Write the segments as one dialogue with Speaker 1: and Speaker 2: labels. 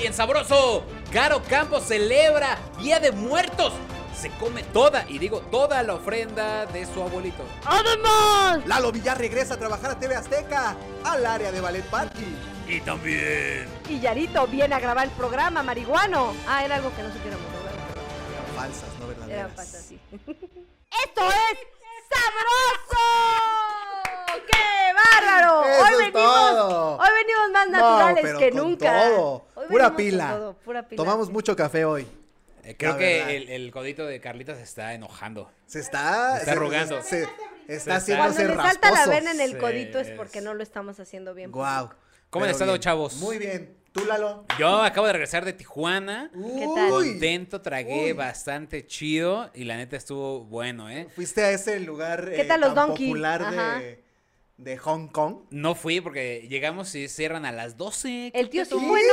Speaker 1: y en sabroso. Caro Campo celebra Día de Muertos. Se come toda, y digo toda la ofrenda de su abuelito.
Speaker 2: ¡Además!
Speaker 3: Lalo Villar regresa a trabajar a TV Azteca, al área de Ballet Party.
Speaker 1: Y también.
Speaker 2: Y Yarito viene a grabar el programa, marihuano. Ah, era algo que no supieron, ¿verdad?
Speaker 3: Falsas, no verdaderas.
Speaker 2: Era fantasía. ¡Esto es sabroso! ¡Qué bárbaro!
Speaker 3: Eso
Speaker 2: hoy
Speaker 3: es
Speaker 2: venimos,
Speaker 3: todo.
Speaker 2: hoy venimos más
Speaker 3: No,
Speaker 2: naturales
Speaker 3: pero
Speaker 2: que
Speaker 3: con
Speaker 2: nunca.
Speaker 3: todo.
Speaker 2: Hoy venimos
Speaker 3: Pura
Speaker 2: con
Speaker 3: pila.
Speaker 2: todo, pura pila.
Speaker 3: Tomamos mucho café hoy.
Speaker 1: Eh, creo
Speaker 3: La verdad.
Speaker 1: que el, el codito de Carlita se está enojando.
Speaker 3: Se está.
Speaker 1: Se está
Speaker 3: se-
Speaker 1: rugando.
Speaker 3: se- está
Speaker 1: está-
Speaker 2: Cuando
Speaker 3: haciéndose
Speaker 2: le salta la
Speaker 3: rasposo.
Speaker 2: vena en el
Speaker 1: Sí,
Speaker 2: codito es
Speaker 1: es-
Speaker 2: porque no lo estamos haciendo bien.
Speaker 3: Guau.
Speaker 1: ¿Cómo han
Speaker 3: Pero
Speaker 1: estado,
Speaker 3: bien.
Speaker 1: chavos?
Speaker 3: Muy bien. ¿Tú, Lalo?
Speaker 1: Yo acabo de regresar de Tijuana.
Speaker 2: ¿Qué tal?
Speaker 1: Contento, tragué
Speaker 3: Uy.
Speaker 1: bastante chido y la neta estuvo bueno, ¿eh?
Speaker 3: Fuiste a ese lugar
Speaker 2: ¿Qué
Speaker 3: eh,
Speaker 2: tal los
Speaker 3: tan
Speaker 2: donkey?
Speaker 3: popular
Speaker 2: Ajá.
Speaker 3: de, de Hong Kong.
Speaker 1: No fui porque llegamos y cierran a las 12.
Speaker 2: ¿El tío sí
Speaker 3: ¿Sí?
Speaker 2: bueno?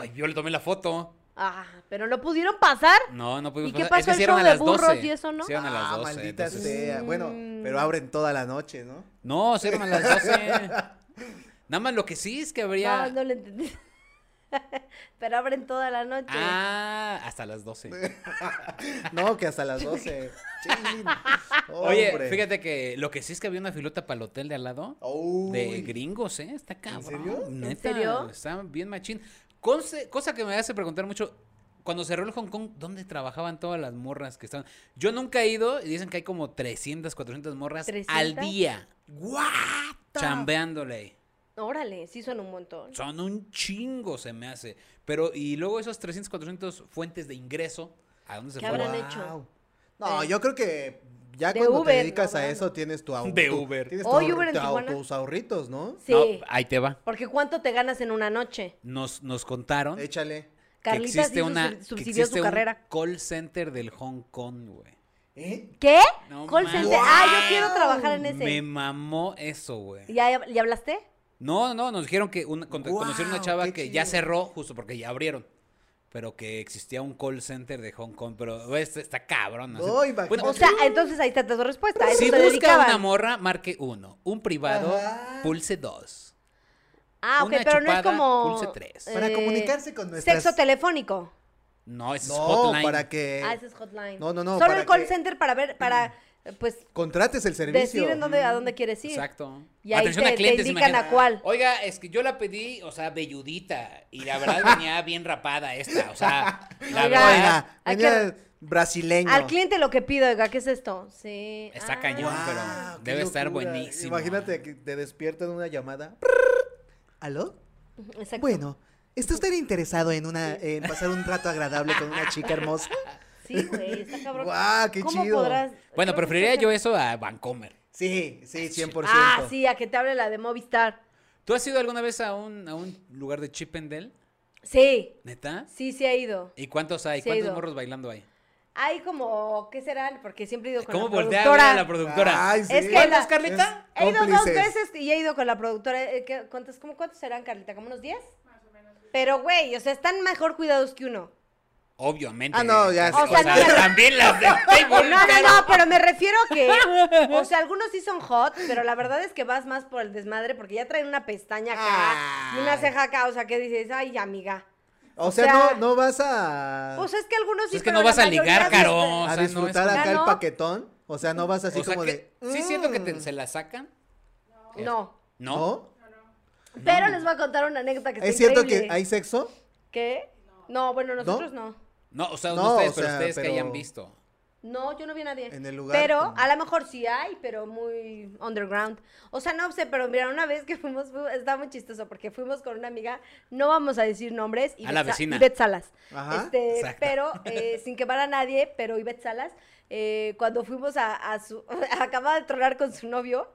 Speaker 1: Ay, yo le tomé la foto.
Speaker 2: Ah, pero lo pudieron pasar.
Speaker 1: No, no pudimos
Speaker 2: ¿Y qué
Speaker 1: pasar. Es
Speaker 2: pasó
Speaker 1: que
Speaker 2: el
Speaker 1: cierran
Speaker 2: show
Speaker 1: a
Speaker 2: de
Speaker 1: las
Speaker 2: burros
Speaker 1: 12.
Speaker 2: y eso, no?
Speaker 1: Cierran a las
Speaker 3: Ah,
Speaker 1: 12.
Speaker 3: maldita
Speaker 1: entonces-
Speaker 3: sea. Bueno,
Speaker 2: Mm.
Speaker 3: pero abren toda la noche, ¿no?
Speaker 1: No, cierran a las 12. Nada más lo que sí es que habría.
Speaker 2: Ah, No, no lo entendí. pero abren toda la noche.
Speaker 1: Ah, hasta las 12.
Speaker 3: No, que hasta las 12. Chin.
Speaker 1: Oye,
Speaker 3: Hombre.
Speaker 1: fíjate que lo que sí es que había una filota para el hotel de al lado.
Speaker 3: Uy.
Speaker 1: De gringos, ¿eh? Está cabrón.
Speaker 3: serio?
Speaker 1: ¿En
Speaker 2: serio?
Speaker 1: Está bien machín. Conce- cosa que me hace preguntar mucho. Cuando cerró el Hong Kong, ¿dónde trabajaban todas las morras que estaban? Yo nunca he ido y dicen que hay como 300, 400 morras al
Speaker 2: 300?
Speaker 1: día
Speaker 3: What the-
Speaker 1: chambeándole.
Speaker 2: Órale, sí son un montón.
Speaker 1: Son un chingo, se me hace. Pero, y luego esos 300, 400 fuentes de ingreso, ¿a dónde se
Speaker 2: ¿Qué habrán
Speaker 1: fueron?
Speaker 2: hecho?
Speaker 3: No,
Speaker 2: Eh.
Speaker 3: yo creo que ya
Speaker 2: De
Speaker 3: cuando
Speaker 2: Uber,
Speaker 3: te dedicas
Speaker 2: ¿no?
Speaker 3: a eso tienes tu ahorro.
Speaker 1: De Uber.
Speaker 3: Tienes
Speaker 2: Hoy
Speaker 3: tu, ahor-
Speaker 2: Uber en
Speaker 3: tu-
Speaker 2: Tijuana.
Speaker 3: tus ahorritos, ¿no?
Speaker 2: Sí.
Speaker 1: No, ahí te va.
Speaker 2: Porque ¿cuánto te ganas en una noche?
Speaker 1: Nos, nos contaron
Speaker 3: Échale.
Speaker 1: que
Speaker 2: Carlitas
Speaker 1: existe
Speaker 2: hizo-
Speaker 1: una.
Speaker 2: sub-
Speaker 1: que
Speaker 2: subsidió
Speaker 1: existe
Speaker 2: su
Speaker 1: un
Speaker 2: carrera.
Speaker 1: call center del Hong Kong, güey.
Speaker 3: ¿Eh?
Speaker 2: ¿Qué?
Speaker 1: No
Speaker 2: Call
Speaker 1: mames.
Speaker 2: center. Ah, yo quiero trabajar en ese.
Speaker 1: Me mamó eso, güey.
Speaker 2: ¿Ya, ¿Ya hablaste?
Speaker 1: No, no, nos dijeron que una, con-
Speaker 3: Guau,
Speaker 1: conocieron una chava
Speaker 3: qué
Speaker 1: que ya
Speaker 3: chido.
Speaker 1: cerró, justo porque ya abrieron. Pero que existía un call center de Hong Kong, pero güey, está, está cabrón. así.
Speaker 3: Ay, imagínate.
Speaker 1: Bueno,
Speaker 2: O sea, entonces ahí está tu respuesta. a eso
Speaker 1: si
Speaker 2: se
Speaker 1: busca
Speaker 2: dedicaban.
Speaker 1: una morra, marque uno. Un privado,
Speaker 3: Ajá.
Speaker 1: pulse dos.
Speaker 2: Ah, ok,
Speaker 1: una
Speaker 2: pero no es
Speaker 1: chupada,
Speaker 2: como. eh,
Speaker 1: pulse tres.
Speaker 3: Para comunicarse con nuestras-
Speaker 2: Sexo telefónico.
Speaker 1: No, ese es
Speaker 3: No,
Speaker 1: hotline.
Speaker 3: para que
Speaker 2: ah, ese es hotline.
Speaker 3: No, no, no,
Speaker 2: Solo
Speaker 3: para
Speaker 2: el call
Speaker 3: que-
Speaker 2: center para ver, para, eh, pues,
Speaker 3: contrates el servicio. Mm.
Speaker 2: decir en dónde, a dónde quieres ir.
Speaker 1: Exacto.
Speaker 2: Y ahí
Speaker 1: Atención
Speaker 2: te-
Speaker 1: a
Speaker 2: te
Speaker 1: clientes,
Speaker 2: indican
Speaker 1: imagina-
Speaker 2: a cuál.
Speaker 1: Oiga, es que yo la pedí, o sea, velludita. Y la verdad venía bien rapada esta. O sea, la
Speaker 2: Oiga.
Speaker 1: verdad.
Speaker 3: Oiga,
Speaker 2: Hay
Speaker 3: venía
Speaker 2: que-
Speaker 3: brasileño.
Speaker 2: Al cliente lo que pido, oiga, ¿qué es esto? Sí.
Speaker 1: Está
Speaker 2: Ah.
Speaker 1: cañón,
Speaker 3: Guau,
Speaker 1: pero
Speaker 3: qué
Speaker 1: debe estar
Speaker 3: locura.
Speaker 1: buenísimo.
Speaker 3: Imagínate que te despiertan una llamada. ¿Aló?
Speaker 2: Exacto.
Speaker 3: Bueno, ¿está usted interesado en una en pasar un rato agradable con una chica hermosa?
Speaker 2: Sí, güey, está cabrón.
Speaker 3: Guau, qué
Speaker 2: ¿Cómo
Speaker 3: chido.
Speaker 2: podrás-
Speaker 1: Bueno,
Speaker 2: creo que
Speaker 1: preferiría
Speaker 2: está
Speaker 1: yo eso a Vancomer.
Speaker 3: Sí, sí, 100%.
Speaker 2: Ah, sí, a que te hable la de Movistar.
Speaker 1: ¿Tú has ido alguna vez a un, a un lugar de Chippendale?
Speaker 2: Sí,
Speaker 1: ¿Neta?
Speaker 2: sí, sí ha ido.
Speaker 1: ¿Y cuántos hay?
Speaker 2: Sí he
Speaker 1: ¿Cuántos
Speaker 2: ido.
Speaker 1: morros bailando hay?
Speaker 2: Hay como, ¿qué serán? Porque siempre he ido con
Speaker 1: ¿Cómo
Speaker 2: la
Speaker 1: voltea a ver
Speaker 2: productora.
Speaker 1: a la productora?
Speaker 3: Ay, sí.
Speaker 2: Es que
Speaker 1: ¿Cuántos,
Speaker 2: la-
Speaker 1: Carlita?
Speaker 3: Es
Speaker 2: He ido dos
Speaker 3: cómplices.
Speaker 2: veces y he ido con la productora. eh, ¿qué- ¿Cuántos, cómo, cuántos serán, Carlita? ¿Como unos 10? Pero, güey, o sea, están mejor cuidados que uno.
Speaker 1: Obviamente.
Speaker 3: Ah, no, ya
Speaker 2: sé. O sea, no, no.
Speaker 1: también las del
Speaker 2: No,
Speaker 1: table.
Speaker 2: no,
Speaker 1: pero-
Speaker 2: no, pero me refiero a que, o sea, algunos sí son hot, pero la verdad es que vas más por el desmadre porque ya traen una pestaña acá y una
Speaker 3: Ay.
Speaker 2: ceja acá, o sea, que dices, ay, amiga.
Speaker 3: O
Speaker 2: o
Speaker 3: sea,
Speaker 2: sea-
Speaker 3: no, no vas a,
Speaker 2: O sea, Pues es que algunos sí
Speaker 1: Pues Es que
Speaker 2: pero
Speaker 1: no
Speaker 2: la
Speaker 1: vas a
Speaker 2: mayoría
Speaker 1: ligar,
Speaker 2: sí es-
Speaker 1: Caro. o
Speaker 3: a
Speaker 1: sea, no es
Speaker 3: disfrutar
Speaker 1: como-
Speaker 3: acá
Speaker 2: Ah, no.
Speaker 3: el paquetón. O sea, no vas así
Speaker 1: O sea
Speaker 3: como
Speaker 1: que-
Speaker 3: de.
Speaker 1: Sí siento que te-
Speaker 3: "Mm".
Speaker 1: se la sacan.
Speaker 2: No.
Speaker 1: No.
Speaker 3: ¿No?
Speaker 2: Pero les voy a contar una anécdota que está
Speaker 3: ¿Es cierto
Speaker 2: increíble.
Speaker 3: que hay sexo?
Speaker 2: ¿Qué? No, bueno, nosotros no.
Speaker 1: No, o sea, no
Speaker 3: No,
Speaker 1: ustedes,
Speaker 3: o
Speaker 1: pero
Speaker 3: sea,
Speaker 1: ustedes que
Speaker 3: pero-
Speaker 1: hayan visto.
Speaker 2: No, yo no vi a nadie.
Speaker 3: En el lugar,
Speaker 2: Pero
Speaker 3: como-
Speaker 2: a lo mejor sí hay, pero muy underground. O sea, no sé, pero mira, una vez que fuimos, fu- está muy chistoso porque fuimos con una amiga, no vamos a decir nombres.
Speaker 1: A la
Speaker 2: Sa-
Speaker 1: vecina.
Speaker 2: Ivette Salas.
Speaker 3: Ajá,
Speaker 2: Este,
Speaker 1: exacto.
Speaker 2: pero eh, sin quemar a nadie, pero Ivette Salas, eh, cuando fuimos a, a su. acaba de tronar con su novio.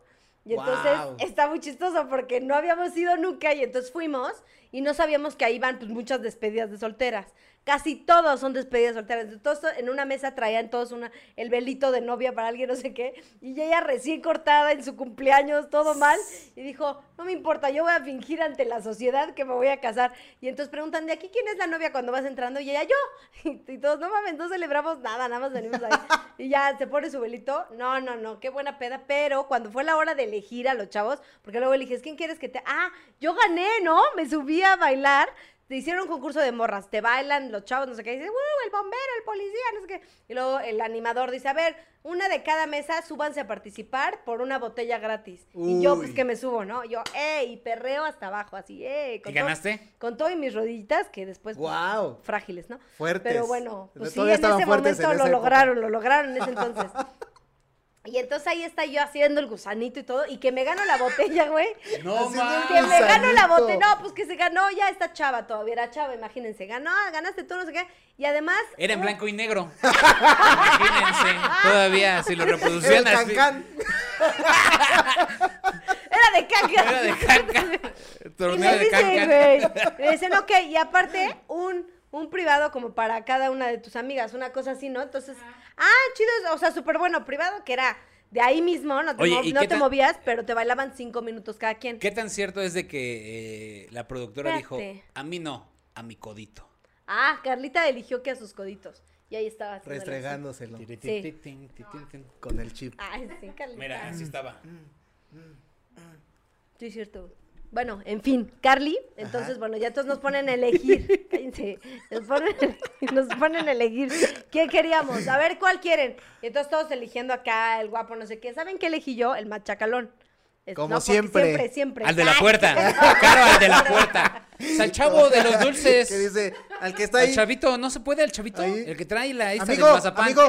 Speaker 2: Y entonces
Speaker 3: Guau.
Speaker 2: está muy chistoso porque no habíamos ido nunca y entonces fuimos y no sabíamos que ahí van pues, muchas despedidas de solteras. Casi todos son despedidas solteras. Entonces, todos en una mesa traían todos una, el velito de novia para alguien, no sé qué. Y ella recién cortada en su cumpleaños, todo mal. Y dijo, no me importa, yo voy a fingir ante la sociedad que me voy a casar. Y entonces preguntan, ¿de aquí quién es la novia cuando vas entrando? Y ella, yo. Y, y todos, no mames, no celebramos nada, nada más venimos ahí. y ya se pone su velito. No, no, no, qué buena peda. Pero cuando fue la hora de elegir a los chavos, porque luego eliges, ¿quién quieres que te...? Ah, yo gané, ¿no? Me subí a bailar. Te hicieron un concurso de morras, te bailan los chavos, no sé qué, y dices, ¡uh! El bombero, el policía, no sé qué. Y luego el animador dice, a ver, una de cada mesa, súbanse a participar por una botella gratis. Y yo, pues
Speaker 3: Uy.
Speaker 2: que me subo, ¿no? Yo, ¡eh! Y perreo hasta abajo, así, ¡eh!
Speaker 1: ¿Y ganaste?
Speaker 2: Con todo y mis rodillitas, que después. pues,
Speaker 3: Guau.
Speaker 2: Frágiles, ¿no?
Speaker 3: Fuertes.
Speaker 2: Pero bueno, pues sí, en
Speaker 3: Todavía
Speaker 2: ese
Speaker 3: estaban fuertes
Speaker 2: momento
Speaker 3: en
Speaker 2: lo
Speaker 3: esa época.
Speaker 2: lograron, lo lograron en ese entonces. Y entonces ahí está yo haciendo el gusanito y todo, y que me gano la botella, güey.
Speaker 1: No
Speaker 3: Haciendo un
Speaker 1: mames.
Speaker 2: Que me gano la
Speaker 3: gusanito.
Speaker 2: botella. No, pues que se ganó ya esta chava, todavía era chava, imagínense. Ganó, ganaste tú, no sé qué. Y además.
Speaker 3: Eh.
Speaker 1: Era en
Speaker 2: un-
Speaker 1: blanco y negro. Imagínense. Todavía, si lo
Speaker 3: El
Speaker 1: reproducían Pues así.
Speaker 3: cancán.
Speaker 2: Era de caca.
Speaker 1: Era de caca.
Speaker 2: Y
Speaker 1: Torneo
Speaker 2: me
Speaker 1: de
Speaker 2: dicen,
Speaker 1: caca.
Speaker 2: güey. Me dicen, ok, y aparte, un, un privado como para cada una de tus amigas, una cosa así, ¿no? Entonces, ah, chido, o sea, súper bueno, privado que era de ahí mismo, no te,
Speaker 1: Oye,
Speaker 2: mov-
Speaker 1: ¿y
Speaker 2: no
Speaker 1: qué
Speaker 2: te
Speaker 1: tan-
Speaker 2: movías, pero te bailaban cinco minutos cada quien.
Speaker 1: ¿Qué tan cierto es de que eh, la productora dijo,
Speaker 2: Espérate.
Speaker 1: a mí no, a mi codito?
Speaker 2: Ah, Carlita eligió que a sus coditos. Y ahí estaba. haciéndole así.
Speaker 3: Restregándoselo
Speaker 2: Sí.
Speaker 3: con el chip.
Speaker 2: Ay, sí, Carlita.
Speaker 1: Mira,
Speaker 3: Mm.
Speaker 1: así estaba.
Speaker 2: Sí, es cierto. Bueno, en fin, Carly, entonces, bueno, ya todos nos ponen a elegir. Cállense. Nos ponen, nos ponen a elegir. ¿Qué queríamos? A ver cuál quieren. Y entonces todos eligiendo acá el guapo, no sé qué. ¿Saben qué elegí yo? El machacalón. Es-
Speaker 3: Como
Speaker 2: no, porque
Speaker 3: siempre.
Speaker 2: Siempre, siempre.
Speaker 1: Al de la
Speaker 2: Ay,
Speaker 1: puerta. Claro, al de la puerta. O sea, al chavo de los dulces.
Speaker 3: Que dice, al que está
Speaker 1: El
Speaker 3: ahí.
Speaker 1: chavito, no se puede, el chavito.
Speaker 3: Ahí.
Speaker 1: El que trae la esta
Speaker 3: Amigo,
Speaker 1: del mazapán.
Speaker 3: amigo,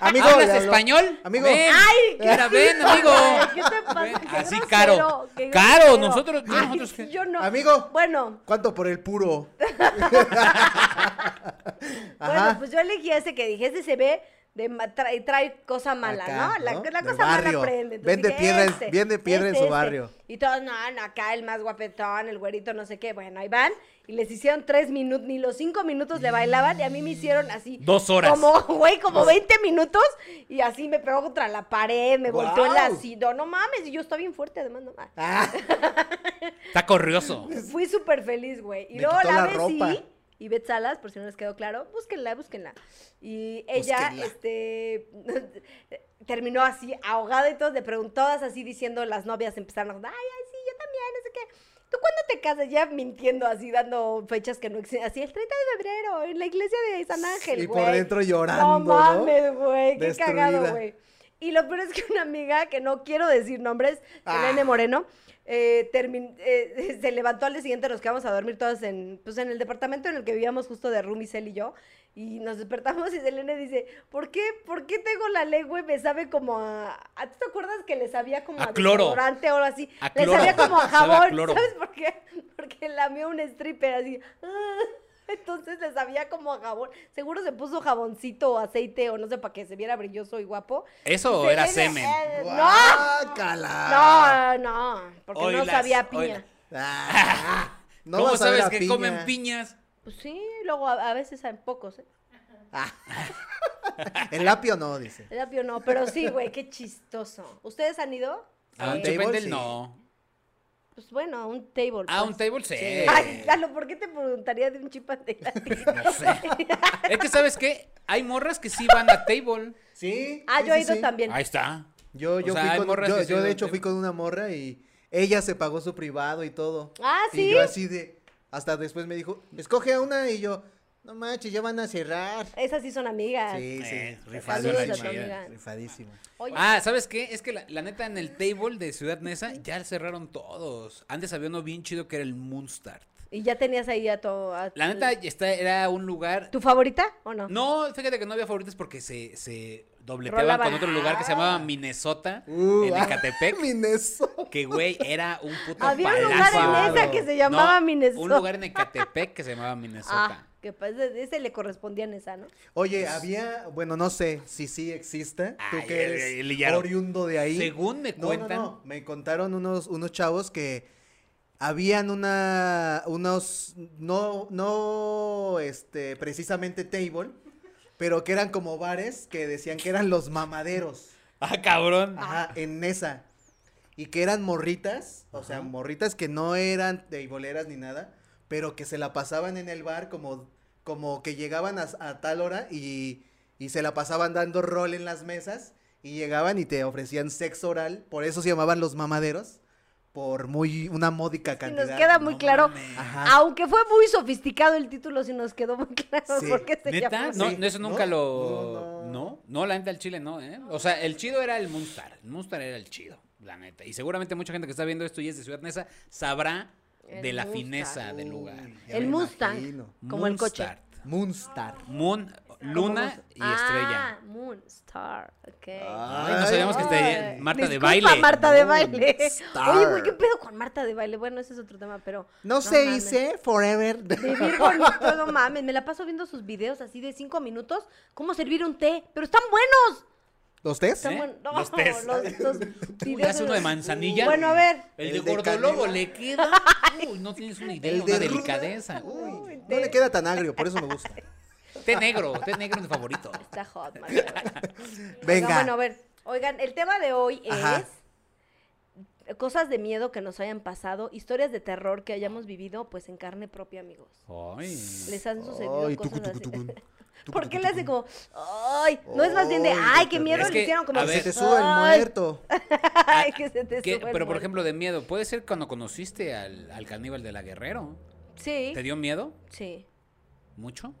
Speaker 3: amigo.
Speaker 1: ¿Hablas
Speaker 3: le habló.
Speaker 1: español?
Speaker 3: Amigo.
Speaker 1: Ven.
Speaker 2: ¡Ay! qué
Speaker 1: Mira, ven, amigo.
Speaker 2: ¿Qué te pasa?
Speaker 1: Ven,
Speaker 2: Qué
Speaker 1: así
Speaker 2: grosero,
Speaker 1: caro.
Speaker 2: qué
Speaker 1: Caro,
Speaker 2: grosero.
Speaker 1: nosotros- no,
Speaker 2: Ay,
Speaker 1: nosotros qué.
Speaker 2: Yo no.
Speaker 3: Amigo.
Speaker 2: Bueno,
Speaker 3: ¿Cuánto por el puro?
Speaker 2: Bueno,
Speaker 3: Ajá.
Speaker 2: pues yo elegí ese que dije, ese se ve de ma- trae, trae cosa mala,
Speaker 3: Acá,
Speaker 2: ¿no? La,
Speaker 3: ¿no?
Speaker 2: la
Speaker 3: De
Speaker 2: cosa mala
Speaker 3: barrio.
Speaker 2: prende. Entonces
Speaker 3: Vende
Speaker 2: dije,
Speaker 3: piedra en- vende piedra en su barrio.
Speaker 2: Y todos, no, no, acá el más guapetón, el güerito, no sé qué. Bueno, ahí van. Y les hicieron tres minutos, ni los cinco minutos le bailaban y a mí me hicieron así.
Speaker 1: Dos horas.
Speaker 2: Como, güey, como 20 minutos y así me pegó contra la pared, me
Speaker 3: ¡Guau!
Speaker 2: volteó el ácido. No mames, y yo estaba bien fuerte además, no mames.
Speaker 3: Ah,
Speaker 1: Está corrioso.
Speaker 2: Fui súper feliz, güey. Y
Speaker 3: Me
Speaker 2: luego
Speaker 3: quitó
Speaker 2: la,
Speaker 3: la
Speaker 2: Bessie
Speaker 3: ropa.
Speaker 2: y Bet Salas, por si no les quedó claro, búsquenla, búsquenla. Y ella,
Speaker 3: Búsquenla.
Speaker 2: este, terminó así, ahogada y todo, de pregun- todas así diciendo, las novias empezaron, ay, ay, sí, yo también, no sé qué. ¿Tú cuándo te casas? Ya mintiendo así, dando fechas que no existen. Así, el 30 de febrero, en la iglesia de San Ángel, güey.
Speaker 3: Y por dentro llorando,
Speaker 2: No
Speaker 3: ¿no?
Speaker 2: mames, güey, qué
Speaker 3: Destruida.
Speaker 2: cagado, güey. Y lo peor es que una amiga, que no quiero decir nombres,
Speaker 3: Ah.
Speaker 2: Elena Moreno, eh, termin- eh, se levantó al día siguiente, nos quedamos a dormir todos en, pues, en el departamento en el que vivíamos justo de Rumi, Cel y yo. Y nos despertamos y Selene dice, ¿por qué, ¿por qué tengo la lengua y me sabe como a... a- ¿Tú te acuerdas que le sabía como
Speaker 1: A
Speaker 2: a,
Speaker 1: cloro.
Speaker 2: desodorante o algo así?
Speaker 1: A
Speaker 2: le
Speaker 1: cloro.
Speaker 2: sabía como a
Speaker 1: Sabe a
Speaker 2: jabón,
Speaker 1: cloro.
Speaker 2: ¿sabes por qué? Porque lamió un stripper así. Entonces le sabía como a jabón. Seguro se puso jaboncito o aceite o no sé, para que se viera brilloso y guapo.
Speaker 1: Eso
Speaker 2: Dice,
Speaker 1: era
Speaker 2: "Nene,
Speaker 1: semen.
Speaker 2: eh, ¡No!
Speaker 3: ¡Guácala!
Speaker 2: No, no, porque no
Speaker 1: Oilas,
Speaker 2: sabía
Speaker 1: oila.
Speaker 2: piña.
Speaker 3: Ah, no
Speaker 1: ¿Cómo
Speaker 3: vas a ver
Speaker 1: sabes
Speaker 3: a
Speaker 1: que
Speaker 3: piña.
Speaker 1: comen piñas?
Speaker 2: Pues sí, luego a, a veces en pocos, ¿eh?
Speaker 3: Ah. El apio no, dice.
Speaker 2: El apio no, pero sí, güey, qué chistoso. ¿Ustedes han ido?
Speaker 1: A un
Speaker 2: Eh,
Speaker 1: table,
Speaker 3: table, sí.
Speaker 1: Ah, no.
Speaker 2: Pues bueno, a un table.
Speaker 1: A un
Speaker 2: pues.
Speaker 1: table, sí.
Speaker 2: Ay, Lalo, ¿por qué te preguntaría de un chip de
Speaker 1: No sé. Es que, ¿sabes qué? Hay morras que sí van a table.
Speaker 3: ¿Sí?
Speaker 2: Ah,
Speaker 3: sí,
Speaker 2: yo he
Speaker 3: sí,
Speaker 2: ido
Speaker 3: sí.
Speaker 2: también.
Speaker 1: Ahí está.
Speaker 3: Yo,
Speaker 1: O
Speaker 3: yo,
Speaker 1: sea, hay
Speaker 3: fui con,
Speaker 1: morras
Speaker 3: yo,
Speaker 1: que sí
Speaker 3: yo de
Speaker 1: lo
Speaker 3: hecho fui con una morra y ella se pagó su privado y todo.
Speaker 2: Ah, ¿sí?
Speaker 3: Y yo así de, hasta después me dijo, escoge a una y yo, no manches, ya van a cerrar.
Speaker 2: Esas sí son amigas.
Speaker 3: Sí, sí.
Speaker 1: Eh,
Speaker 2: rifadísima,
Speaker 3: rifadísima,
Speaker 2: chida. amiga.
Speaker 3: Rifadísima.
Speaker 2: Oye,
Speaker 1: Ah, ¿sabes qué? Es que la, la neta en el table de Ciudad Neza ya cerraron todos. Antes había uno bien chido que era el Moonstart.
Speaker 2: y ya tenías ahí a todo.
Speaker 1: La neta esta era un lugar.
Speaker 2: ¿Tu favorita o no?
Speaker 1: No, fíjate que no había favoritos porque se, se dobleteaban
Speaker 2: Rolaban.
Speaker 1: con otro lugar que se llamaba Minnesota
Speaker 3: Uh,
Speaker 1: en Ecatepec.
Speaker 3: ah, Minnesota.
Speaker 1: Que güey, era un puto
Speaker 2: Había un lugar
Speaker 1: palacio.
Speaker 2: en esa que se llamaba
Speaker 1: No,
Speaker 2: Minnesota.
Speaker 1: Un lugar en Ecatepec que se llamaba Minnesota.
Speaker 2: Ah, que pues ese le correspondía en esa, ¿no?
Speaker 3: Oye, había, bueno, no sé si sí exista. Tú
Speaker 1: Ay,
Speaker 3: que
Speaker 1: el-
Speaker 3: eres
Speaker 1: el Illaro.
Speaker 3: oriundo de ahí.
Speaker 1: Según me
Speaker 3: No, no,
Speaker 1: cuentan.
Speaker 3: No, Me contaron unos, unos chavos que habían una, unos, no, no, este, precisamente table, pero que eran como bares que decían que eran los mamaderos.
Speaker 1: Ah, cabrón.
Speaker 3: Ajá, en esa. Y que eran morritas, o sea, morritas que no eran de boleras ni nada, pero que se la pasaban en el bar como, como que llegaban a, a tal hora y, y se la pasaban dando rol en las mesas y llegaban y te ofrecían sexo oral, por eso se llamaban los mamaderos, por muy una módica
Speaker 2: Sí,
Speaker 3: cantidad.
Speaker 2: nos queda muy
Speaker 1: No
Speaker 2: claro.
Speaker 1: mames.
Speaker 3: Ajá.
Speaker 2: Aunque fue muy sofisticado el título, sí nos quedó muy claro
Speaker 3: Sí.
Speaker 2: por qué se
Speaker 1: ¿Neta?
Speaker 2: llamó.
Speaker 1: No,
Speaker 3: Sí.
Speaker 1: no, eso nunca
Speaker 3: No,
Speaker 1: lo...
Speaker 3: no, no.
Speaker 1: No, no, la neta, el chile no, ¿eh? O sea, el chido era el Moonstar. El Moonstar era el chido, la neta. Y seguramente mucha gente que está viendo esto y es de Ciudad Neza sabrá
Speaker 2: El
Speaker 1: de la
Speaker 2: Moonstar.
Speaker 1: fineza del
Speaker 3: Uy,
Speaker 1: lugar.
Speaker 3: ya
Speaker 2: El
Speaker 3: me
Speaker 2: Mustang.
Speaker 3: imagino.
Speaker 2: Como el coche.
Speaker 1: Moonstar.
Speaker 3: Moonstar.
Speaker 1: Moon, luna y
Speaker 2: ah,
Speaker 1: estrella.
Speaker 2: Moon Star, ok.
Speaker 1: Ay, no sabíamos que estaría
Speaker 2: Ay.
Speaker 1: Marta de
Speaker 2: Disculpa,
Speaker 1: baile.
Speaker 2: Marta de baile.
Speaker 3: Moonstar.
Speaker 2: Oye, güey, ¿qué pedo con Marta de baile? Bueno, ese es otro tema, pero.
Speaker 3: No, se
Speaker 2: mames.
Speaker 3: dice forever.
Speaker 2: Vivir bonito, no mames. Me la paso viendo sus videos así de cinco minutos. ¿Cómo servir un té? Pero están buenos.
Speaker 3: ¿Los test?
Speaker 2: Están
Speaker 1: ¿Eh?
Speaker 2: buen- No,
Speaker 1: Los tés.
Speaker 2: los- los
Speaker 1: Uy,
Speaker 2: videos
Speaker 1: hace uno
Speaker 2: los-
Speaker 1: de manzanilla.
Speaker 2: Bueno, a ver.
Speaker 1: El,
Speaker 3: El
Speaker 1: de
Speaker 3: de
Speaker 1: gordolobo
Speaker 3: canela.
Speaker 1: le queda. Uy, no tienes una idea, una
Speaker 3: ruda.
Speaker 1: delicadeza.
Speaker 3: Uy,
Speaker 2: Uy,
Speaker 3: no
Speaker 2: de-
Speaker 3: le queda tan agrio, por eso me gusta.
Speaker 1: Té negro, té negro es mi favorito.
Speaker 2: Está hot, Marta.
Speaker 3: Venga.
Speaker 2: Oigan, bueno, a ver. Oigan, el tema de hoy es
Speaker 3: Ajá.
Speaker 2: cosas de miedo que nos hayan pasado, historias de terror que hayamos vivido, pues en carne propia, amigos.
Speaker 1: Ay.
Speaker 2: Les han sucedido
Speaker 3: Ay,
Speaker 2: cosas
Speaker 3: tucu, tucu,
Speaker 2: así.
Speaker 3: tucu.
Speaker 2: ¿Por
Speaker 3: Tucu,
Speaker 2: qué
Speaker 3: tucu,
Speaker 2: le hacen
Speaker 3: tucu.
Speaker 2: como, ay, no es más bien de,
Speaker 3: Ay,
Speaker 2: ay, qué
Speaker 3: qué
Speaker 2: miedo
Speaker 1: Es
Speaker 2: le
Speaker 1: que,
Speaker 2: hicieron como,
Speaker 1: a
Speaker 3: Que
Speaker 1: ver.
Speaker 3: se te suba
Speaker 2: ay,
Speaker 3: el muerto.
Speaker 2: ay, que se te
Speaker 1: ¿Qué?
Speaker 2: suba el
Speaker 1: Ah, Pero por
Speaker 2: muerto.
Speaker 1: ejemplo, de miedo, puede ser cuando conociste al, al caníbal de la Guerrero.
Speaker 2: sí,
Speaker 1: ¿Te dio miedo?
Speaker 2: sí.
Speaker 1: ¿Mucho?